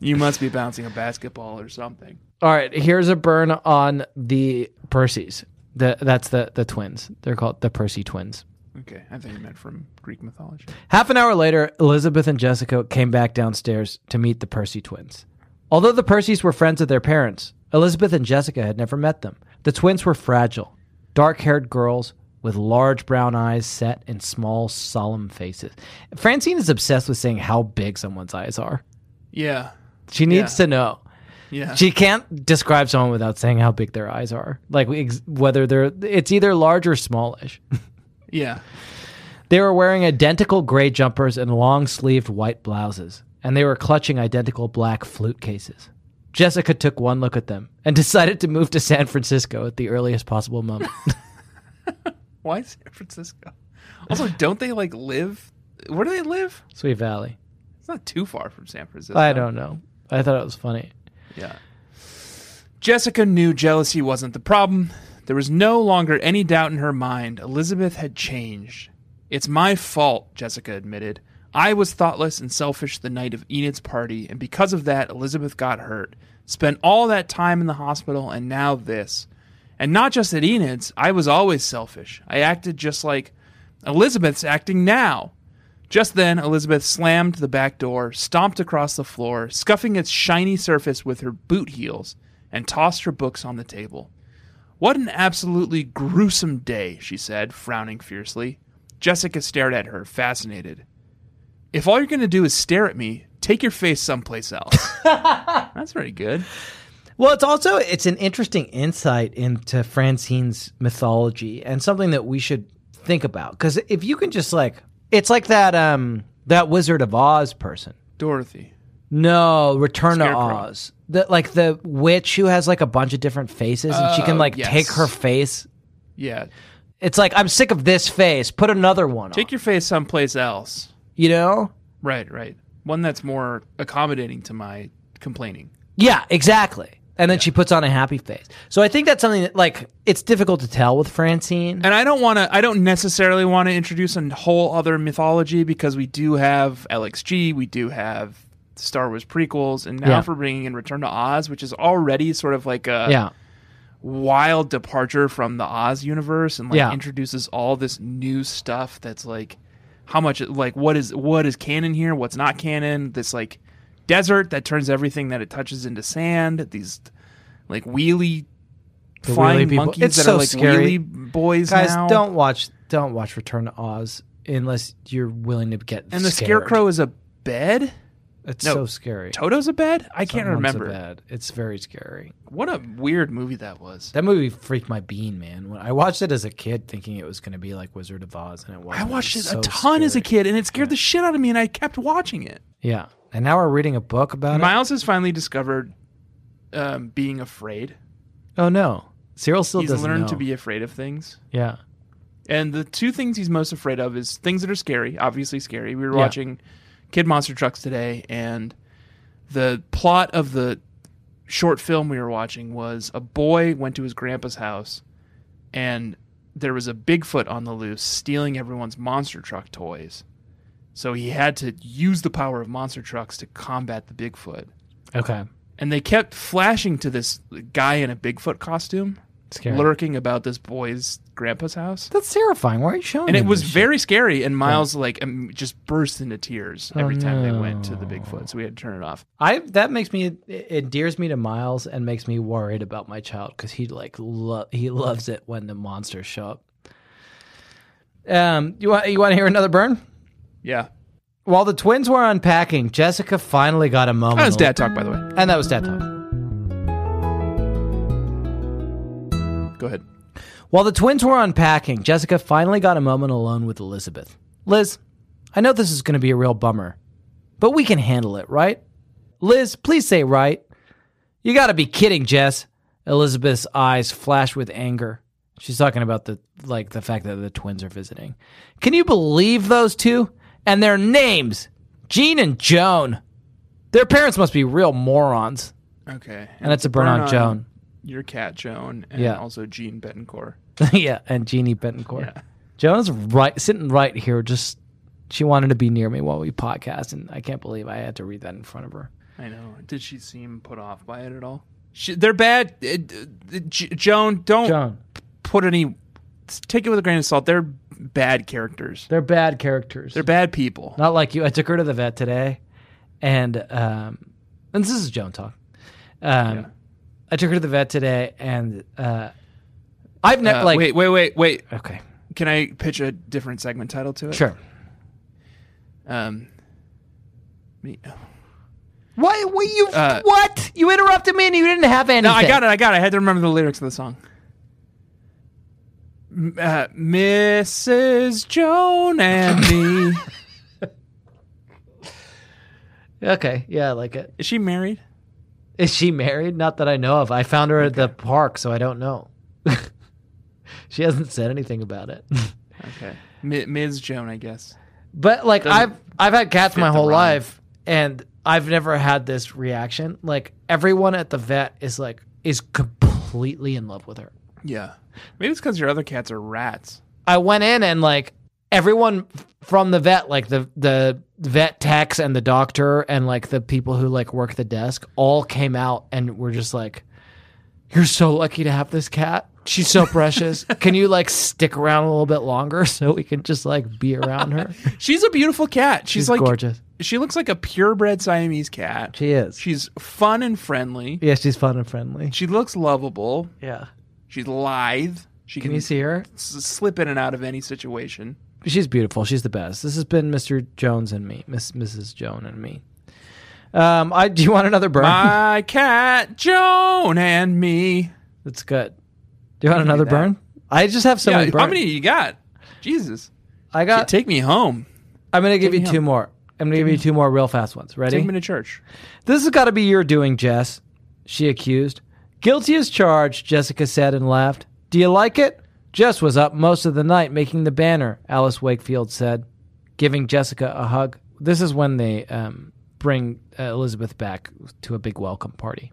you must be bouncing a basketball or something. All right, here's a burn on the Percys. The, that's the the twins. They're called the Percy twins. Okay, I think you meant from Greek mythology. Half an hour later, Elizabeth and Jessica came back downstairs to meet the Percy twins. Although the Percys were friends of their parents, Elizabeth and Jessica had never met them. The twins were fragile, dark haired girls with large brown eyes set in small, solemn faces. Francine is obsessed with saying how big someone's eyes are. Yeah, She needs Yeah. to know. yeah. She can't describe someone without saying how big their eyes are. Like, we ex- whether they're, it's either large or smallish. yeah. They were wearing identical gray jumpers and long sleeved white blouses, and they were clutching identical black flute cases. Jessica took one look at them and decided to move to San Francisco at the earliest possible moment. Why San Francisco? Also, don't they like live? Where do they live? Sweet Valley. It's not too far from San Francisco. I don't know. I thought it was funny. Yeah. Jessica knew jealousy wasn't the problem. There was no longer any doubt in her mind. Elizabeth had changed. It's my fault, Jessica admitted. I was thoughtless and selfish the night of Enid's party, and because of that, Elizabeth got hurt. Spent all that time in the hospital, and now this. And not just at Enid's, I was always selfish. I acted just like Elizabeth's acting now. Just then, Elizabeth slammed the back door, stomped across the floor, scuffing its shiny surface with her boot heels, and tossed her books on the table. What an absolutely gruesome day, she said, frowning fiercely. Jessica stared at her, fascinated. If all you're going to do is stare at me, take your face someplace else. That's pretty good. Well, it's also it's an interesting insight into Francine's mythology and something that we should think about because if you can just like it's like that um that Wizard of Oz person. Dorothy. No, Return to Scarecrow. Oz. The, like the witch who has like a bunch of different faces and she Oh, can like yes. take her face. Yeah. It's like I'm sick of this face. Put another one Take on. your face someplace else. You know? Right, right. One that's more accommodating to my complaining. Yeah, exactly. And then she puts on a happy face. So I think that's something that like it's difficult to tell with Francine. And I don't want to. I don't necessarily want to introduce a whole other mythology because we do have LXG, we do have Star Wars prequels, and now Yeah. for bringing in Return to Oz, which is already sort of like a yeah. wild departure from the Oz universe, and like Yeah. introduces all this new stuff that's like how much like what is what is canon here, what's not canon. This like desert that turns everything that it touches into sand. These like wheelie. The Flying wheelie people. monkeys It's that so are like scary. wheelie boys guys now. don't watch don't watch return to oz unless you're willing to get And the scared. scarecrow is a bed? it's no, so scary Toto's a bed? I can't Someone's a remember. bed. it's very scary What a weird movie that was. that movie freaked my bean man when i watched it as a kid thinking it was going to be like wizard of oz and it was I watched it a ton as a kid and it scared the shit out of me and I kept watching it. yeah and now we're reading a book about it Miles has finally discovered um, being afraid. oh no cyril still he's doesn't learned know. to be afraid of things. yeah And the two things he's most afraid of is things that are scary, obviously scary. We were Yeah. watching Kid Monster Trucks today, and the plot of the short film we were watching was a boy went to his grandpa's house, and there was a Bigfoot on the loose stealing everyone's monster truck toys. So he had to use the power of monster trucks to combat the Bigfoot. okay And they kept flashing to this guy in a Bigfoot costume scary lurking about this boy's grandpa's house that's terrifying why are you showing and me it was this very scary. And Miles like um, just burst into tears Oh, every time they went to the Bigfoot, so we had to turn it off. I that makes me it endears me to Miles and makes me worried about my child because he like lo- he loves it when the monsters show up. Um, you want you want to hear another burn? Yeah, While the twins were unpacking, Jessica finally got a moment. that was dad talk, by the way. and that was dad time. Go ahead. While the twins were unpacking, Jessica finally got a moment alone with Elizabeth. Liz, I know this is going to be a real bummer, but we can handle it, right? Liz, please say right. You gotta be kidding, Jess. Elizabeth's eyes flash with anger. She's talking about the like the fact that the twins are visiting. Can you believe those two? And their names Jean and Joan. Their parents must be real morons. Okay, And it's a burn on Joan. your cat Joan, and Yeah. also Jean Betancourt. yeah, and Jeannie Bentoncourt. Yeah. Joan's right sitting right here, just she wanted to be near me while we podcast, and I can't believe I had to read that in front of her. I know. Did she seem put off by it at all? She, they're bad. It- it- J- Joan, don't Joan. put any. Take it with a grain of salt. They're bad characters. They're bad characters. They're bad people. Not like you. I took her to the vet today, and um, and this is Joan talk. Um, Yeah. I took her to the vet today, and uh, I've never Uh, like wait, wait, wait, wait. okay, Can I pitch a different segment title to it? sure. Um, me, Why? What you? Uh, what you interrupted me and you didn't have anything? No, I got it. I got it. I had to remember the lyrics of the song. M- Uh, Mrs. Joan and me. Okay, yeah, I like it. Is she married? Is she married? Not that I know of. I found her at the park, so I don't know. she hasn't said anything about it. Okay. M- Ms. Joan, I guess. But like Doesn't I've I've had cats my the whole rhyme. life and I've never had this reaction. Like everyone at the vet is like is completely in love with her. Yeah. Maybe it's because your other cats are rats. I went in and like everyone from the vet, like the the vet techs and the doctor and like the people who like work the desk, all came out and were just like, You're so lucky to have this cat. She's so precious. Can you like stick around a little bit longer so we can just like be around her? She's, She's a beautiful cat. She's, like gorgeous. She looks like a purebred Siamese cat. She is. She's fun and friendly. yeah, she's fun and friendly. She looks lovable. Yeah. She's lithe. She Can you see her? s- slip in and out of any situation. She's beautiful. She's the best. This has been Mr. Jones and me, Miss Mrs. Joan and me. Um, I do you want another burn? My cat Joan and me. That's good. Do you want another that. burn? I just have so Yeah, many burns. how many you got? Jesus, I got. take me home. I'm gonna give you me two up. more. I'm gonna give you two more real fast ones. Ready? Take me to church. This has got to be your doing, Jess. She accused. Guilty as charged, Jessica said and laughed. Do you like it? Jess was up most of the night making the banner, Alice Wakefield said, giving Jessica a hug. This is when they um, bring uh, Elizabeth back to a big welcome party.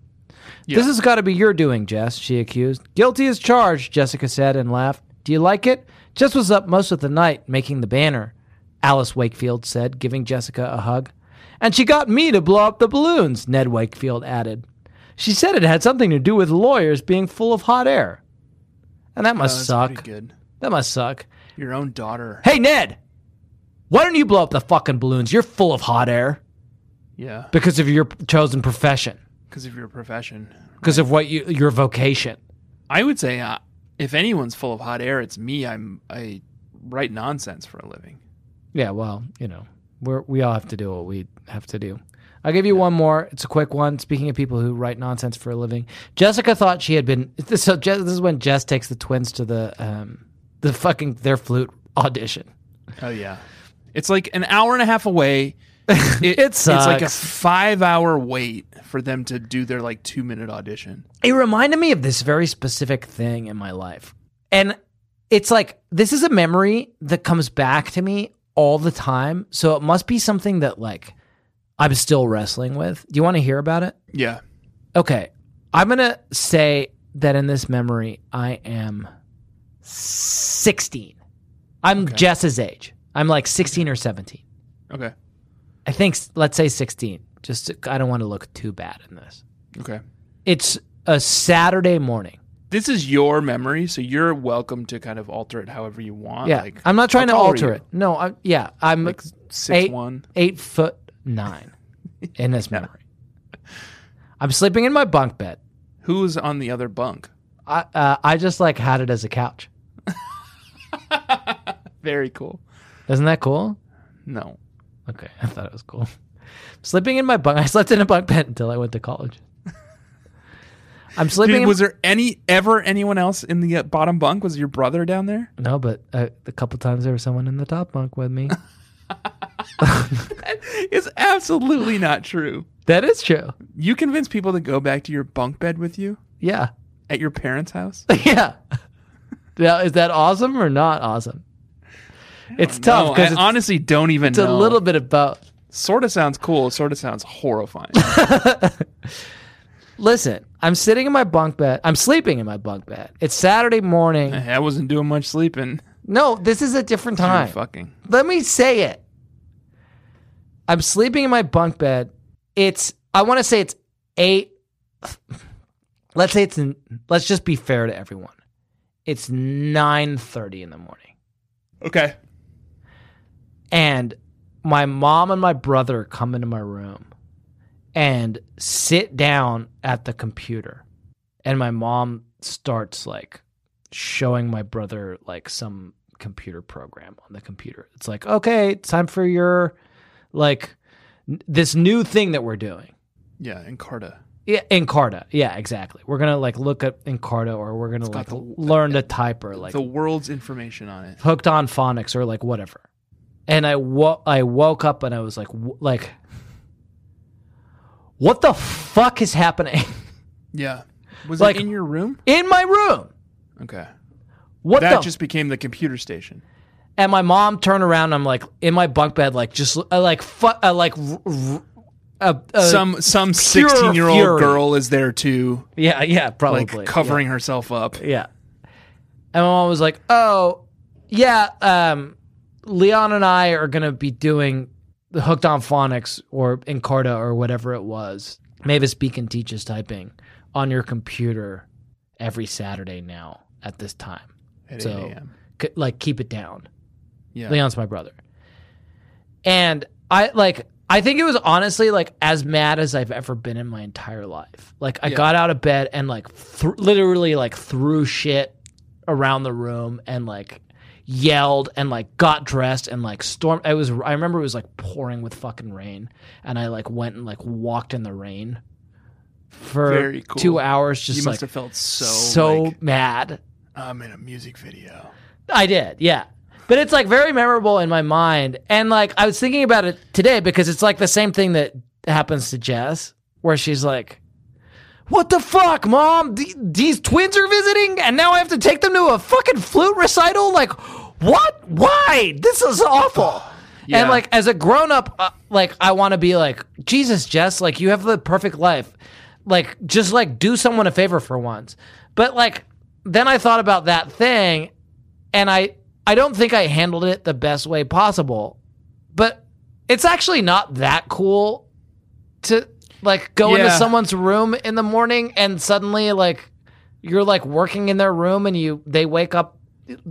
Yeah. This has got to be your doing, Jess, she accused. Guilty as charged, Jessica said and laughed. Do you like it? Jess was up most of the night making the banner, Alice Wakefield said, giving Jessica a hug. And she got me to blow up the balloons, Ned Wakefield added. She said it had something to do with lawyers being full of hot air. And that must Uh, Pretty suck. good. That must suck. Your own daughter. Hey, Ned, why don't you blow up the fucking balloons? You're full of hot air Yeah, because of your chosen profession, because of your profession. because of what you, your vocation. I would say uh, if anyone's full of hot air, it's me. I'm I write nonsense for a living. Yeah, well, you know, we're we all have to do what we have to do. I'll give you one more. It's a quick one. Speaking of people who write nonsense for a living, Jessica thought she had been. So Je- this is when Jess takes the twins to the um, the fucking their flute audition. Oh yeah, it's like an hour and a half away. It, It's like a sucks. five-hour wait for them to do their like two-minute audition. It reminded me of this very specific thing in my life, and it's like this is a memory that comes back to me all the time. So it must be something that like I'm still wrestling with. Do you want to hear about it? Yeah. Okay. I'm going to say that in this memory, I am 16. I'm Jess's age. I'm like 16 or 17. Okay. I think, s- let's say 16. Just, to, I don't want to look too bad in this. Okay. It's a Saturday morning. This is your memory, so you're welcome to kind of alter it however you want. Yeah. Like I'm not trying to how tall are alter you? it. No, I'm, yeah. I'm Like six eight, one. eight foot nine in this memory. I'm sleeping in my bunk bed. Who's on the other bunk? I, uh, I just like had it as a couch. Very cool. Isn't that cool? No. Okay, I thought it was cool. Sleeping in my bunk. I slept in a bunk bed until I went to college. I'm sleeping. Dude, in, was there any ever anyone else in the uh, bottom bunk? Was your brother down there? no, but uh, a couple times there was someone in the top bunk with me. It's absolutely not true. that is true. You convince people to go back to your bunk bed with you Yeah, at your parents' house? yeah. Now, is that awesome or not awesome? It's tough No, I because it's, honestly don't even it's a know. little bit of both. Sort of sounds cool. Sort of sounds horrifying. Listen, I'm sitting in my bunk bed. I'm sleeping in my bunk bed. It's Saturday morning. I wasn't doing much sleeping. No, this is a different You were time. Fucking. Let me say it. I'm sleeping in my bunk bed. It's I want to say it's eight. Let's say it's. In, let's just be fair to everyone. It's nine thirty in the morning, Okay. and my mom and my brother come into my room and sit down at the computer, and my mom starts like showing my brother like some computer program on the computer. It's like, okay, it's time for your like n- this new thing that we're doing. Yeah, Encarta. Yeah, Encarta. Yeah, exactly. We're gonna like look up Encarta, or we're gonna like got l- the- learn to type, or like the world's information on it. hooked on phonics, or like whatever. And I wo- I woke up and I was like, w- like, what the fuck is happening Yeah. Was Like- it in your room? in my room? Okay. What that the just became the computer station. and my mom turned around. and I'm like in my bunk bed, like just uh, like fu- uh, like r- r- uh, uh, some some 16 year fury. old girl is there too, yeah yeah like probably covering herself up. yeah. yeah. And my mom was like, "Oh yeah, um, Leon and I are gonna be doing the hooked on phonics or Encarta or whatever it was, Mavis Beacon teaches typing on your computer every Saturday now at this time. at so, 8 a.m. c- like, keep it down. Yeah. Leon's my brother. And I like I think it was honestly like as mad as I've ever been in my entire life. Like I Yeah. got out of bed and like thr literally like threw shit around the room and like yelled and like got dressed and like stormed. I was I remember it was like pouring with fucking rain and I like went and like walked in the rain for Very cool. two hours just you like must have felt so so like, mad. I'm in a music video. I did, yeah. But it's like very memorable in my mind. And like I was thinking about it today because it's like the same thing that happens to Jess, where she's like, What the fuck, mom? Th- these twins are visiting and now I have to take them to a fucking flute recital? Like, what? Why? This is awful. Yeah. And like as a grown up, uh, like I want to be like, Jesus, Jess, like you have the perfect life. Like just like do someone a favor for once. But like then I thought about that thing and I I don't think I handled it the best way possible. But it's actually not that cool to like go into Yeah. someone's room in the morning and suddenly like you're like working in their room and you they wake up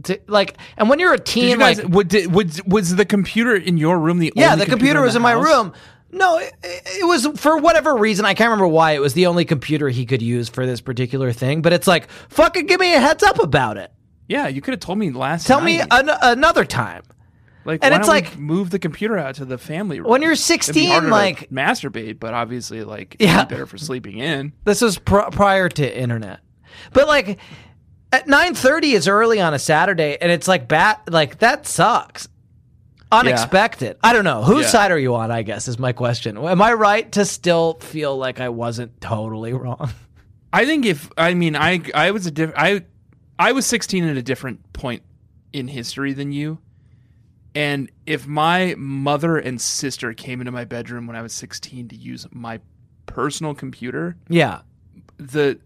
to, like and when you're a teen Did you guys, like would, did, would, was the computer in your room the yeah, only the computer was in my house? room. No, it, it was for whatever reason. I can't remember why. It was the only computer he could use for this particular thing. But it's like, fucking give me a heads up about it. Yeah, you could have told me last Tell me night. an- another time. like, and why it's don't we like- move the computer out to the family room. When you're It'd be 16, harder to like, masturbate, but obviously, like, it'd Yeah. be better for sleeping in. This was pr- prior to internet, but like at nine thirty is early on a Saturday, and it's like bat like that sucks. Unexpected. I don't know whose Yeah. side are you on. I guess is my question. Am I right to still feel like I wasn't totally wrong? I think if I mean I I was a diff- I I was 16 at a different point in history than you. And if my mother and sister came into my bedroom when I was 16 to use my personal computer, Yeah, the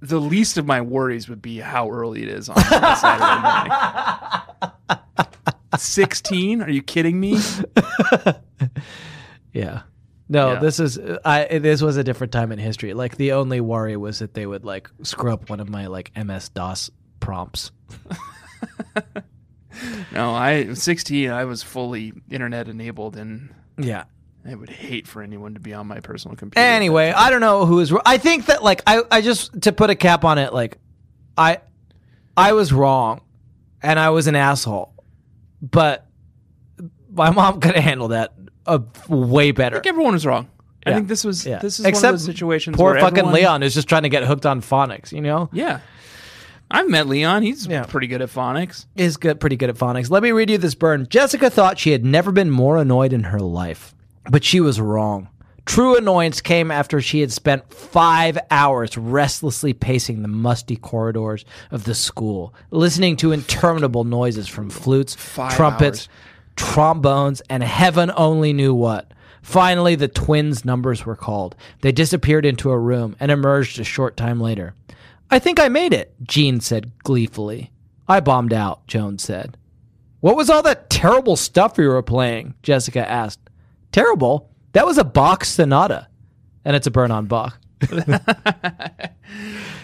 the least of my worries would be how early it is on a Saturday morning. 16? Are you kidding me? yeah. No, Yeah. this is I. This was a different time in history. Like the only worry was that they would like screw up one of my like MS DOS prompts. No, I 16. I was fully internet enabled, and Yeah. I would hate for anyone to be on my personal computer. Anyway, I don't know who is. I think that like I, I just to put a cap on it, like I, I was wrong, and I was an asshole, but my mom could have handled that uh, way better. I think everyone was wrong. I Yeah. think this was Yeah. this is one Except of those situations. Poor where fucking everyone- Leon is just trying to get hooked on phonics. You know, Yeah, I've met Leon. He's Yeah. pretty good at phonics. is good, pretty good at phonics. Let me read you this burn. Jessica thought she had never been more annoyed in her life, but she was wrong. True annoyance came after she had spent five hours restlessly pacing the musty corridors of the school, listening to interminable noises from flutes, trumpets, trombones, and heaven only knew what. Finally, the twins' numbers were called. They disappeared into a room and emerged a short time later. I think I made it, Jean said gleefully. I bombed out, Joan said. What was all that terrible stuff you were playing? Jessica asked. Terrible? That was a Bach sonata. And it's a burn on Bach.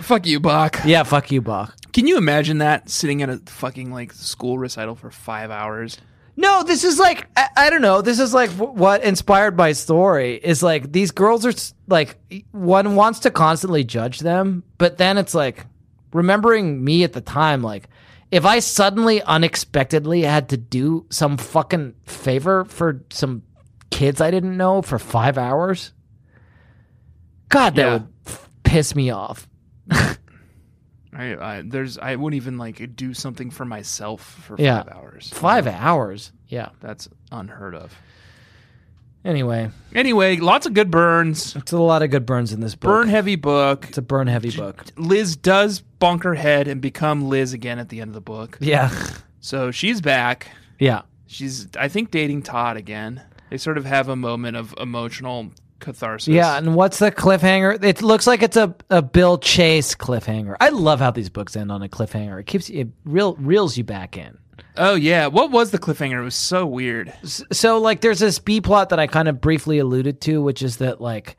Fuck you, Bach. Yeah, fuck you, Bach. Can you imagine that sitting at a fucking like school recital for five hours? No, this is like I, I don't know. This is like wh- what inspired my story is like these girls are s- like one wants to constantly judge them, but then it's like remembering me at the time like if I suddenly unexpectedly had to do some fucking favor for some kids I didn't know for 5 hours, god that Yeah. would f- piss me off. I, I there's I wouldn't even like do something for myself for five Yeah. hours. 5 hours. Yeah. That's unheard of. Anyway, Anyway, lots of good burns. it's a lot of good burns in this book. Burn heavy book. it's a burn heavy book. Liz does bonk her head and become Liz again at the end of the book. Yeah. So she's back. Yeah. She's, I think, dating Todd again. They sort of have a moment of emotional catharsis. Yeah, and what's the cliffhanger? It looks like it's a, a Bill Chase cliffhanger. I love how these books end on a cliffhanger. It keeps it reel, reels you back in. Oh yeah. What was the cliffhanger? It was so weird. S- So like there's this B plot that I kind of briefly alluded to, which is that like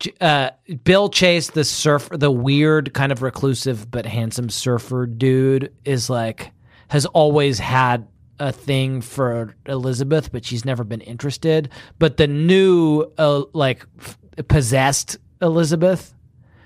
J- Uh, Bill Chase, the surfer, the weird kind of reclusive but handsome surfer dude, is like has always had a thing for Elizabeth, but she's never been interested. But the new uh, like f- possessed Elizabeth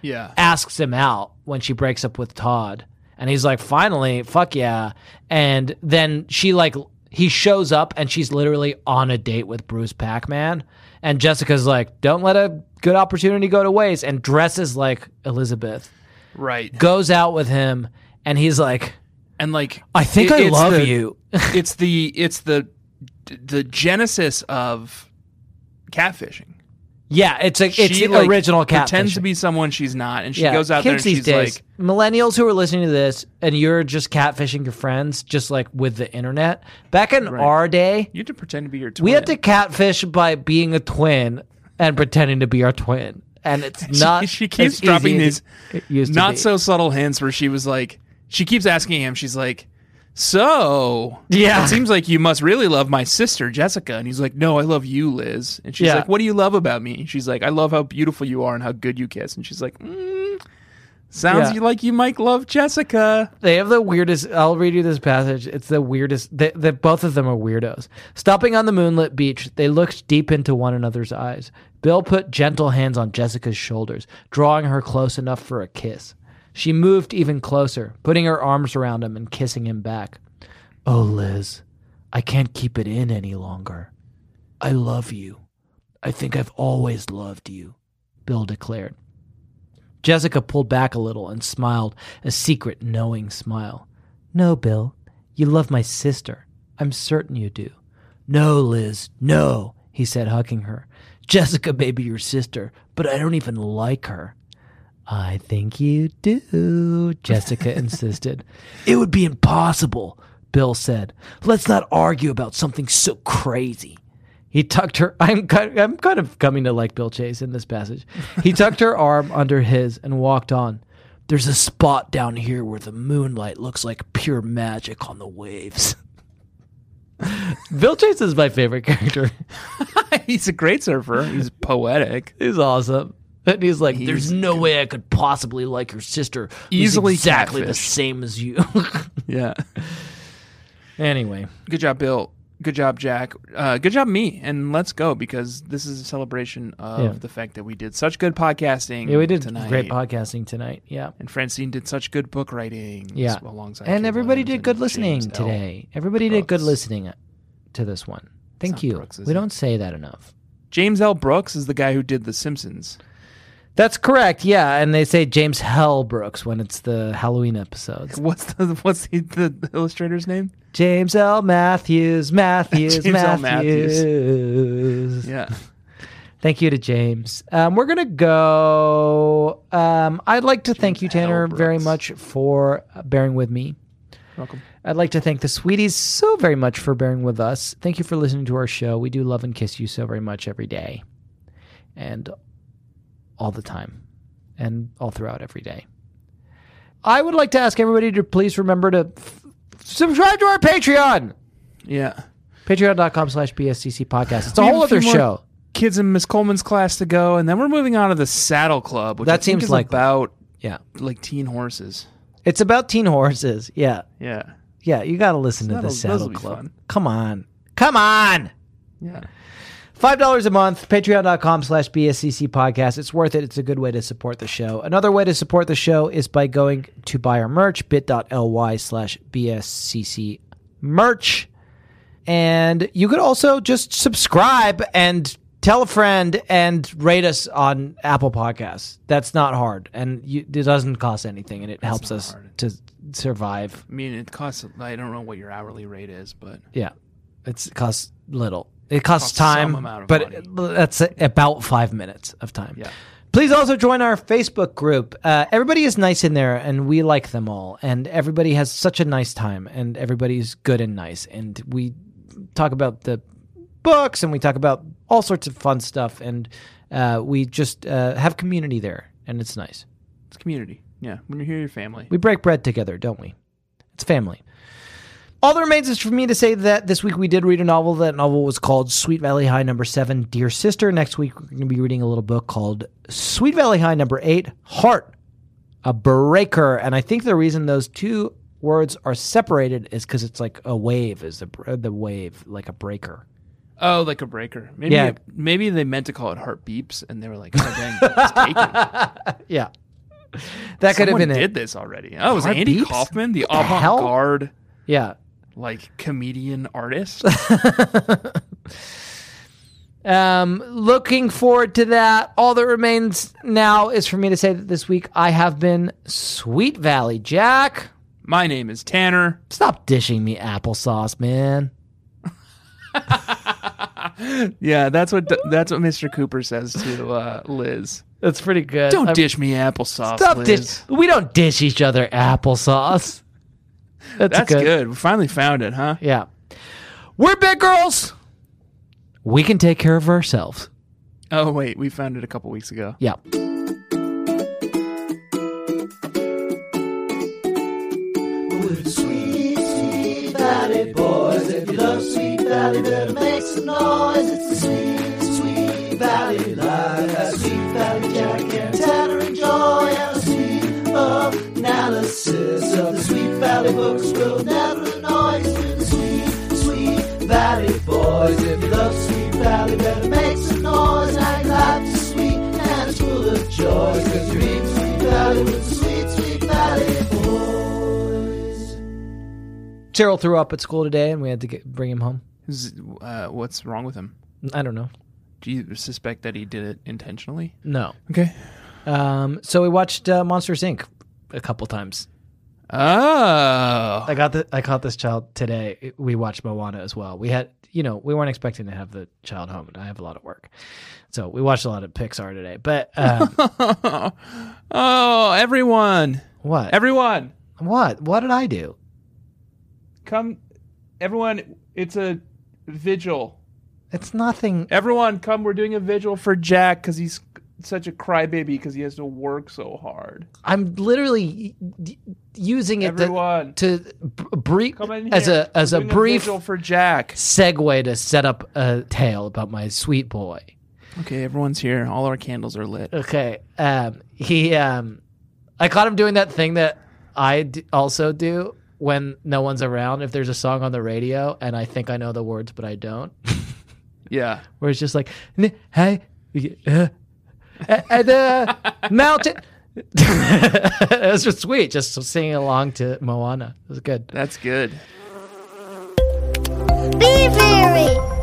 Yeah. asks him out when she breaks up with Todd. And he's like, finally, fuck yeah. And then she like he shows up and she's literally on a date with Bruce Pac-Man. And Jessica's like, don't let a good opportunity go to waste and dresses like Elizabeth. Right. Goes out with him and he's like, And like I think it- I it's love the- you. it's the it's the the genesis of catfishing. yeah, it's a it's the like, original cat. pretends to be someone she's not, and she goes out kids there these and she's days, like, millennials who are listening to this and you're just catfishing your friends just like with the internet. Back in our day, "You have to pretend to be your twin." We had to catfish by being a twin and pretending to be our twin, and it's not. she keeps as dropping easy as these it used to not be. so subtle hints where she was like, she keeps asking him. She's like, "So, Yeah. it seems like you must really love my sister Jessica." And he's like, "No, I love you, Liz." And she's Yeah. like, "What do you love about me?" And she's like, "I love how beautiful you are and how good you kiss." And she's like, mm, "Sounds Yeah. like you might love Jessica." They have the weirdest. I'll read you this passage. It's the weirdest. They, they, both of them are weirdos. Stopping on the moonlit beach, they looked deep into one another's eyes. Bill put gentle hands on Jessica's shoulders, drawing her close enough for a kiss. She moved even closer, putting her arms around him and kissing him back. Oh, Liz, I can't keep it in any longer. I love you. I think I've always loved you, Bill declared. Jessica pulled back a little and smiled, a secret, knowing smile. No, Bill. You love my sister. I'm certain you do. No, Liz, no, he said, hugging her. Jessica may be your sister, but I don't even like her. I think you do, Jessica insisted. It would be impossible, Bill said. Let's not argue about something so crazy. He tucked her. I'm kind, I'm kind of coming to like Bill Chase in this passage. He tucked her arm under his and walked on. There's a spot down here where the moonlight looks like pure magic on the waves. Bill Chase is my favorite character. he's a great surfer. He's poetic. He's awesome. And he's like, there's no way I could possibly like your sister. who's Easily exactly the catfished." same as you. Yeah. anyway, Good job, Bill. Good job, Jack. Uh, good job, me. And let's go because this is a celebration of Yeah. the fact that we did such good podcasting. yeah, we did tonight. great podcasting tonight. Yeah. And Francine did such good book writing. Yeah. Alongside And Kate everybody Williams did and good listening James L. today. Everybody did good Brooks. listening uh, to this one. Thank not you. Brooks, is we it? don't say that enough. James L. Brooks is the guy who did The Simpsons. That's correct. Yeah, and they say James Hell Brooks when it's the Halloween episodes. What's the what's the, the, the illustrator's name? James L. Matthews, Matthews, James L. Matthews. Matthews. Yeah. Thank you to James. Um, we're gonna go. Um, I'd like to thank you, James Tanner, L. very Brooks. much for uh, bearing with me. Welcome. I'd like to thank the Sweeties so very much for bearing with us. Thank you for listening to our show. We do love and kiss you so very much every day and all the time and all throughout every day. I would like to ask everybody to please remember to f- subscribe to our Patreon, Yeah. patreon.com slash BSCC podcast. It's a We have whole a few other more show. Kids in Miss Coleman's class to go, and then we're moving on to the Saddle Club, which That I think seems is likely. about Yeah. like teen horses. It's about teen horses. Yeah. Yeah. Yeah. You got to listen to That'll- the Saddle this'll be Club. fun. Come on. Come on. Yeah. Five dollars a month, patreon.com slash BSCC podcast. It's worth it. It's a good way to support the show. Another way to support the show is by going to buy our merch, bit.ly slash BSCC merch. And you could also just subscribe and tell a friend and rate us on Apple Podcasts. That's not hard. And you, it doesn't cost anything and it helps us to survive. I mean, it costs. I don't know what your hourly rate is, but Yeah, it's, it costs little. It costs, Costs some time, amount of but money. that's about five minutes of time. Yeah. Please also join our Facebook group. Uh, everybody is nice in there, and we like them all. And everybody has such a nice time, and everybody's good and nice. And we talk about the books, and we talk about all sorts of fun stuff, and uh, we just uh, have community there, and it's nice. it's community. Yeah, when you're here, your family. We break bread together, don't we? It's family. All that remains is for me to say that this week we did read a novel. That novel was called Sweet Valley High Number Seven, Dear Sister. Next week we're going to be reading a little book called Sweet Valley High Number Eight, Heart, a Breaker. And I think the reason those two words are separated is because it's like a wave is the the wave like a breaker. Oh, like a breaker. Maybe Yeah. maybe they meant to call it heart beeps, and they were like, "Oh dang, it's taken." Yeah, that could have Someone been did it. this already. Oh, it was Heart Andy beeps? Kaufman, the the hell? avant-garde Yeah. like comedian artist. Um, looking forward to that. All that remains now is for me to say that this week I have been Sweet Valley Jack. My name is Tanner. Stop dishing me applesauce, man. Yeah, that's what that's what Mr. Cooper says to uh, Liz. That's pretty good. Don't I'm- dish me applesauce. stop Liz. dish. We don't dish each other applesauce. That's, That's good. We finally found it, huh? Yeah, we're big girls. We can take care of ourselves. Oh wait, we found it a couple weeks ago. Yeah. With sweet, sweet valley boys. If you love Sweet Valley, better make some noise. It's the sweet, sweet valley life. That Sweet Valley Jack and Tanner enjoy. And a sweet analysis of the Sweet Valley books will never annoy you. With the sweet, sweet valley boys. If you love Sweet Valley, better make some noise. Now your life is sweet and it's full of joys. Cause you're in Sweet Valley with the sweet, sweet valley boys. Cheryl threw up at school today, and we had to get, bring him home. Is- uh, what's wrong with him? I don't know. Do you suspect that he did it intentionally? No. Okay. Um. So we watched uh, Monsters Inc. a couple times. Oh. I got the I caught this child today. It- We watched Moana as well. We had you know we weren't expecting to have the child home, and I have a lot of work, so we watched a lot of Pixar today. But um, oh, everyone. what? Everyone. what? What did I do? Come everyone, it's a vigil. It's nothing. Everyone, come! We're doing a vigil for Jack because he's such a crybaby because he has to work so hard. I'm literally y- y- using it to, Everyone, to brief come in here. as a as We're a doing brief vigil for Jack. segue to set up a tale about my sweet boy. Okay, everyone's here. All our candles are lit. Okay. Um, he, um, I caught him doing that thing that I d- also do when no one's around. If there's a song on the radio and I think I know the words, but I don't, Yeah, where it's just like, "N- hey, uh, at the mountain. it was just sweet, just singing along to Moana. It was good. that's good. Be very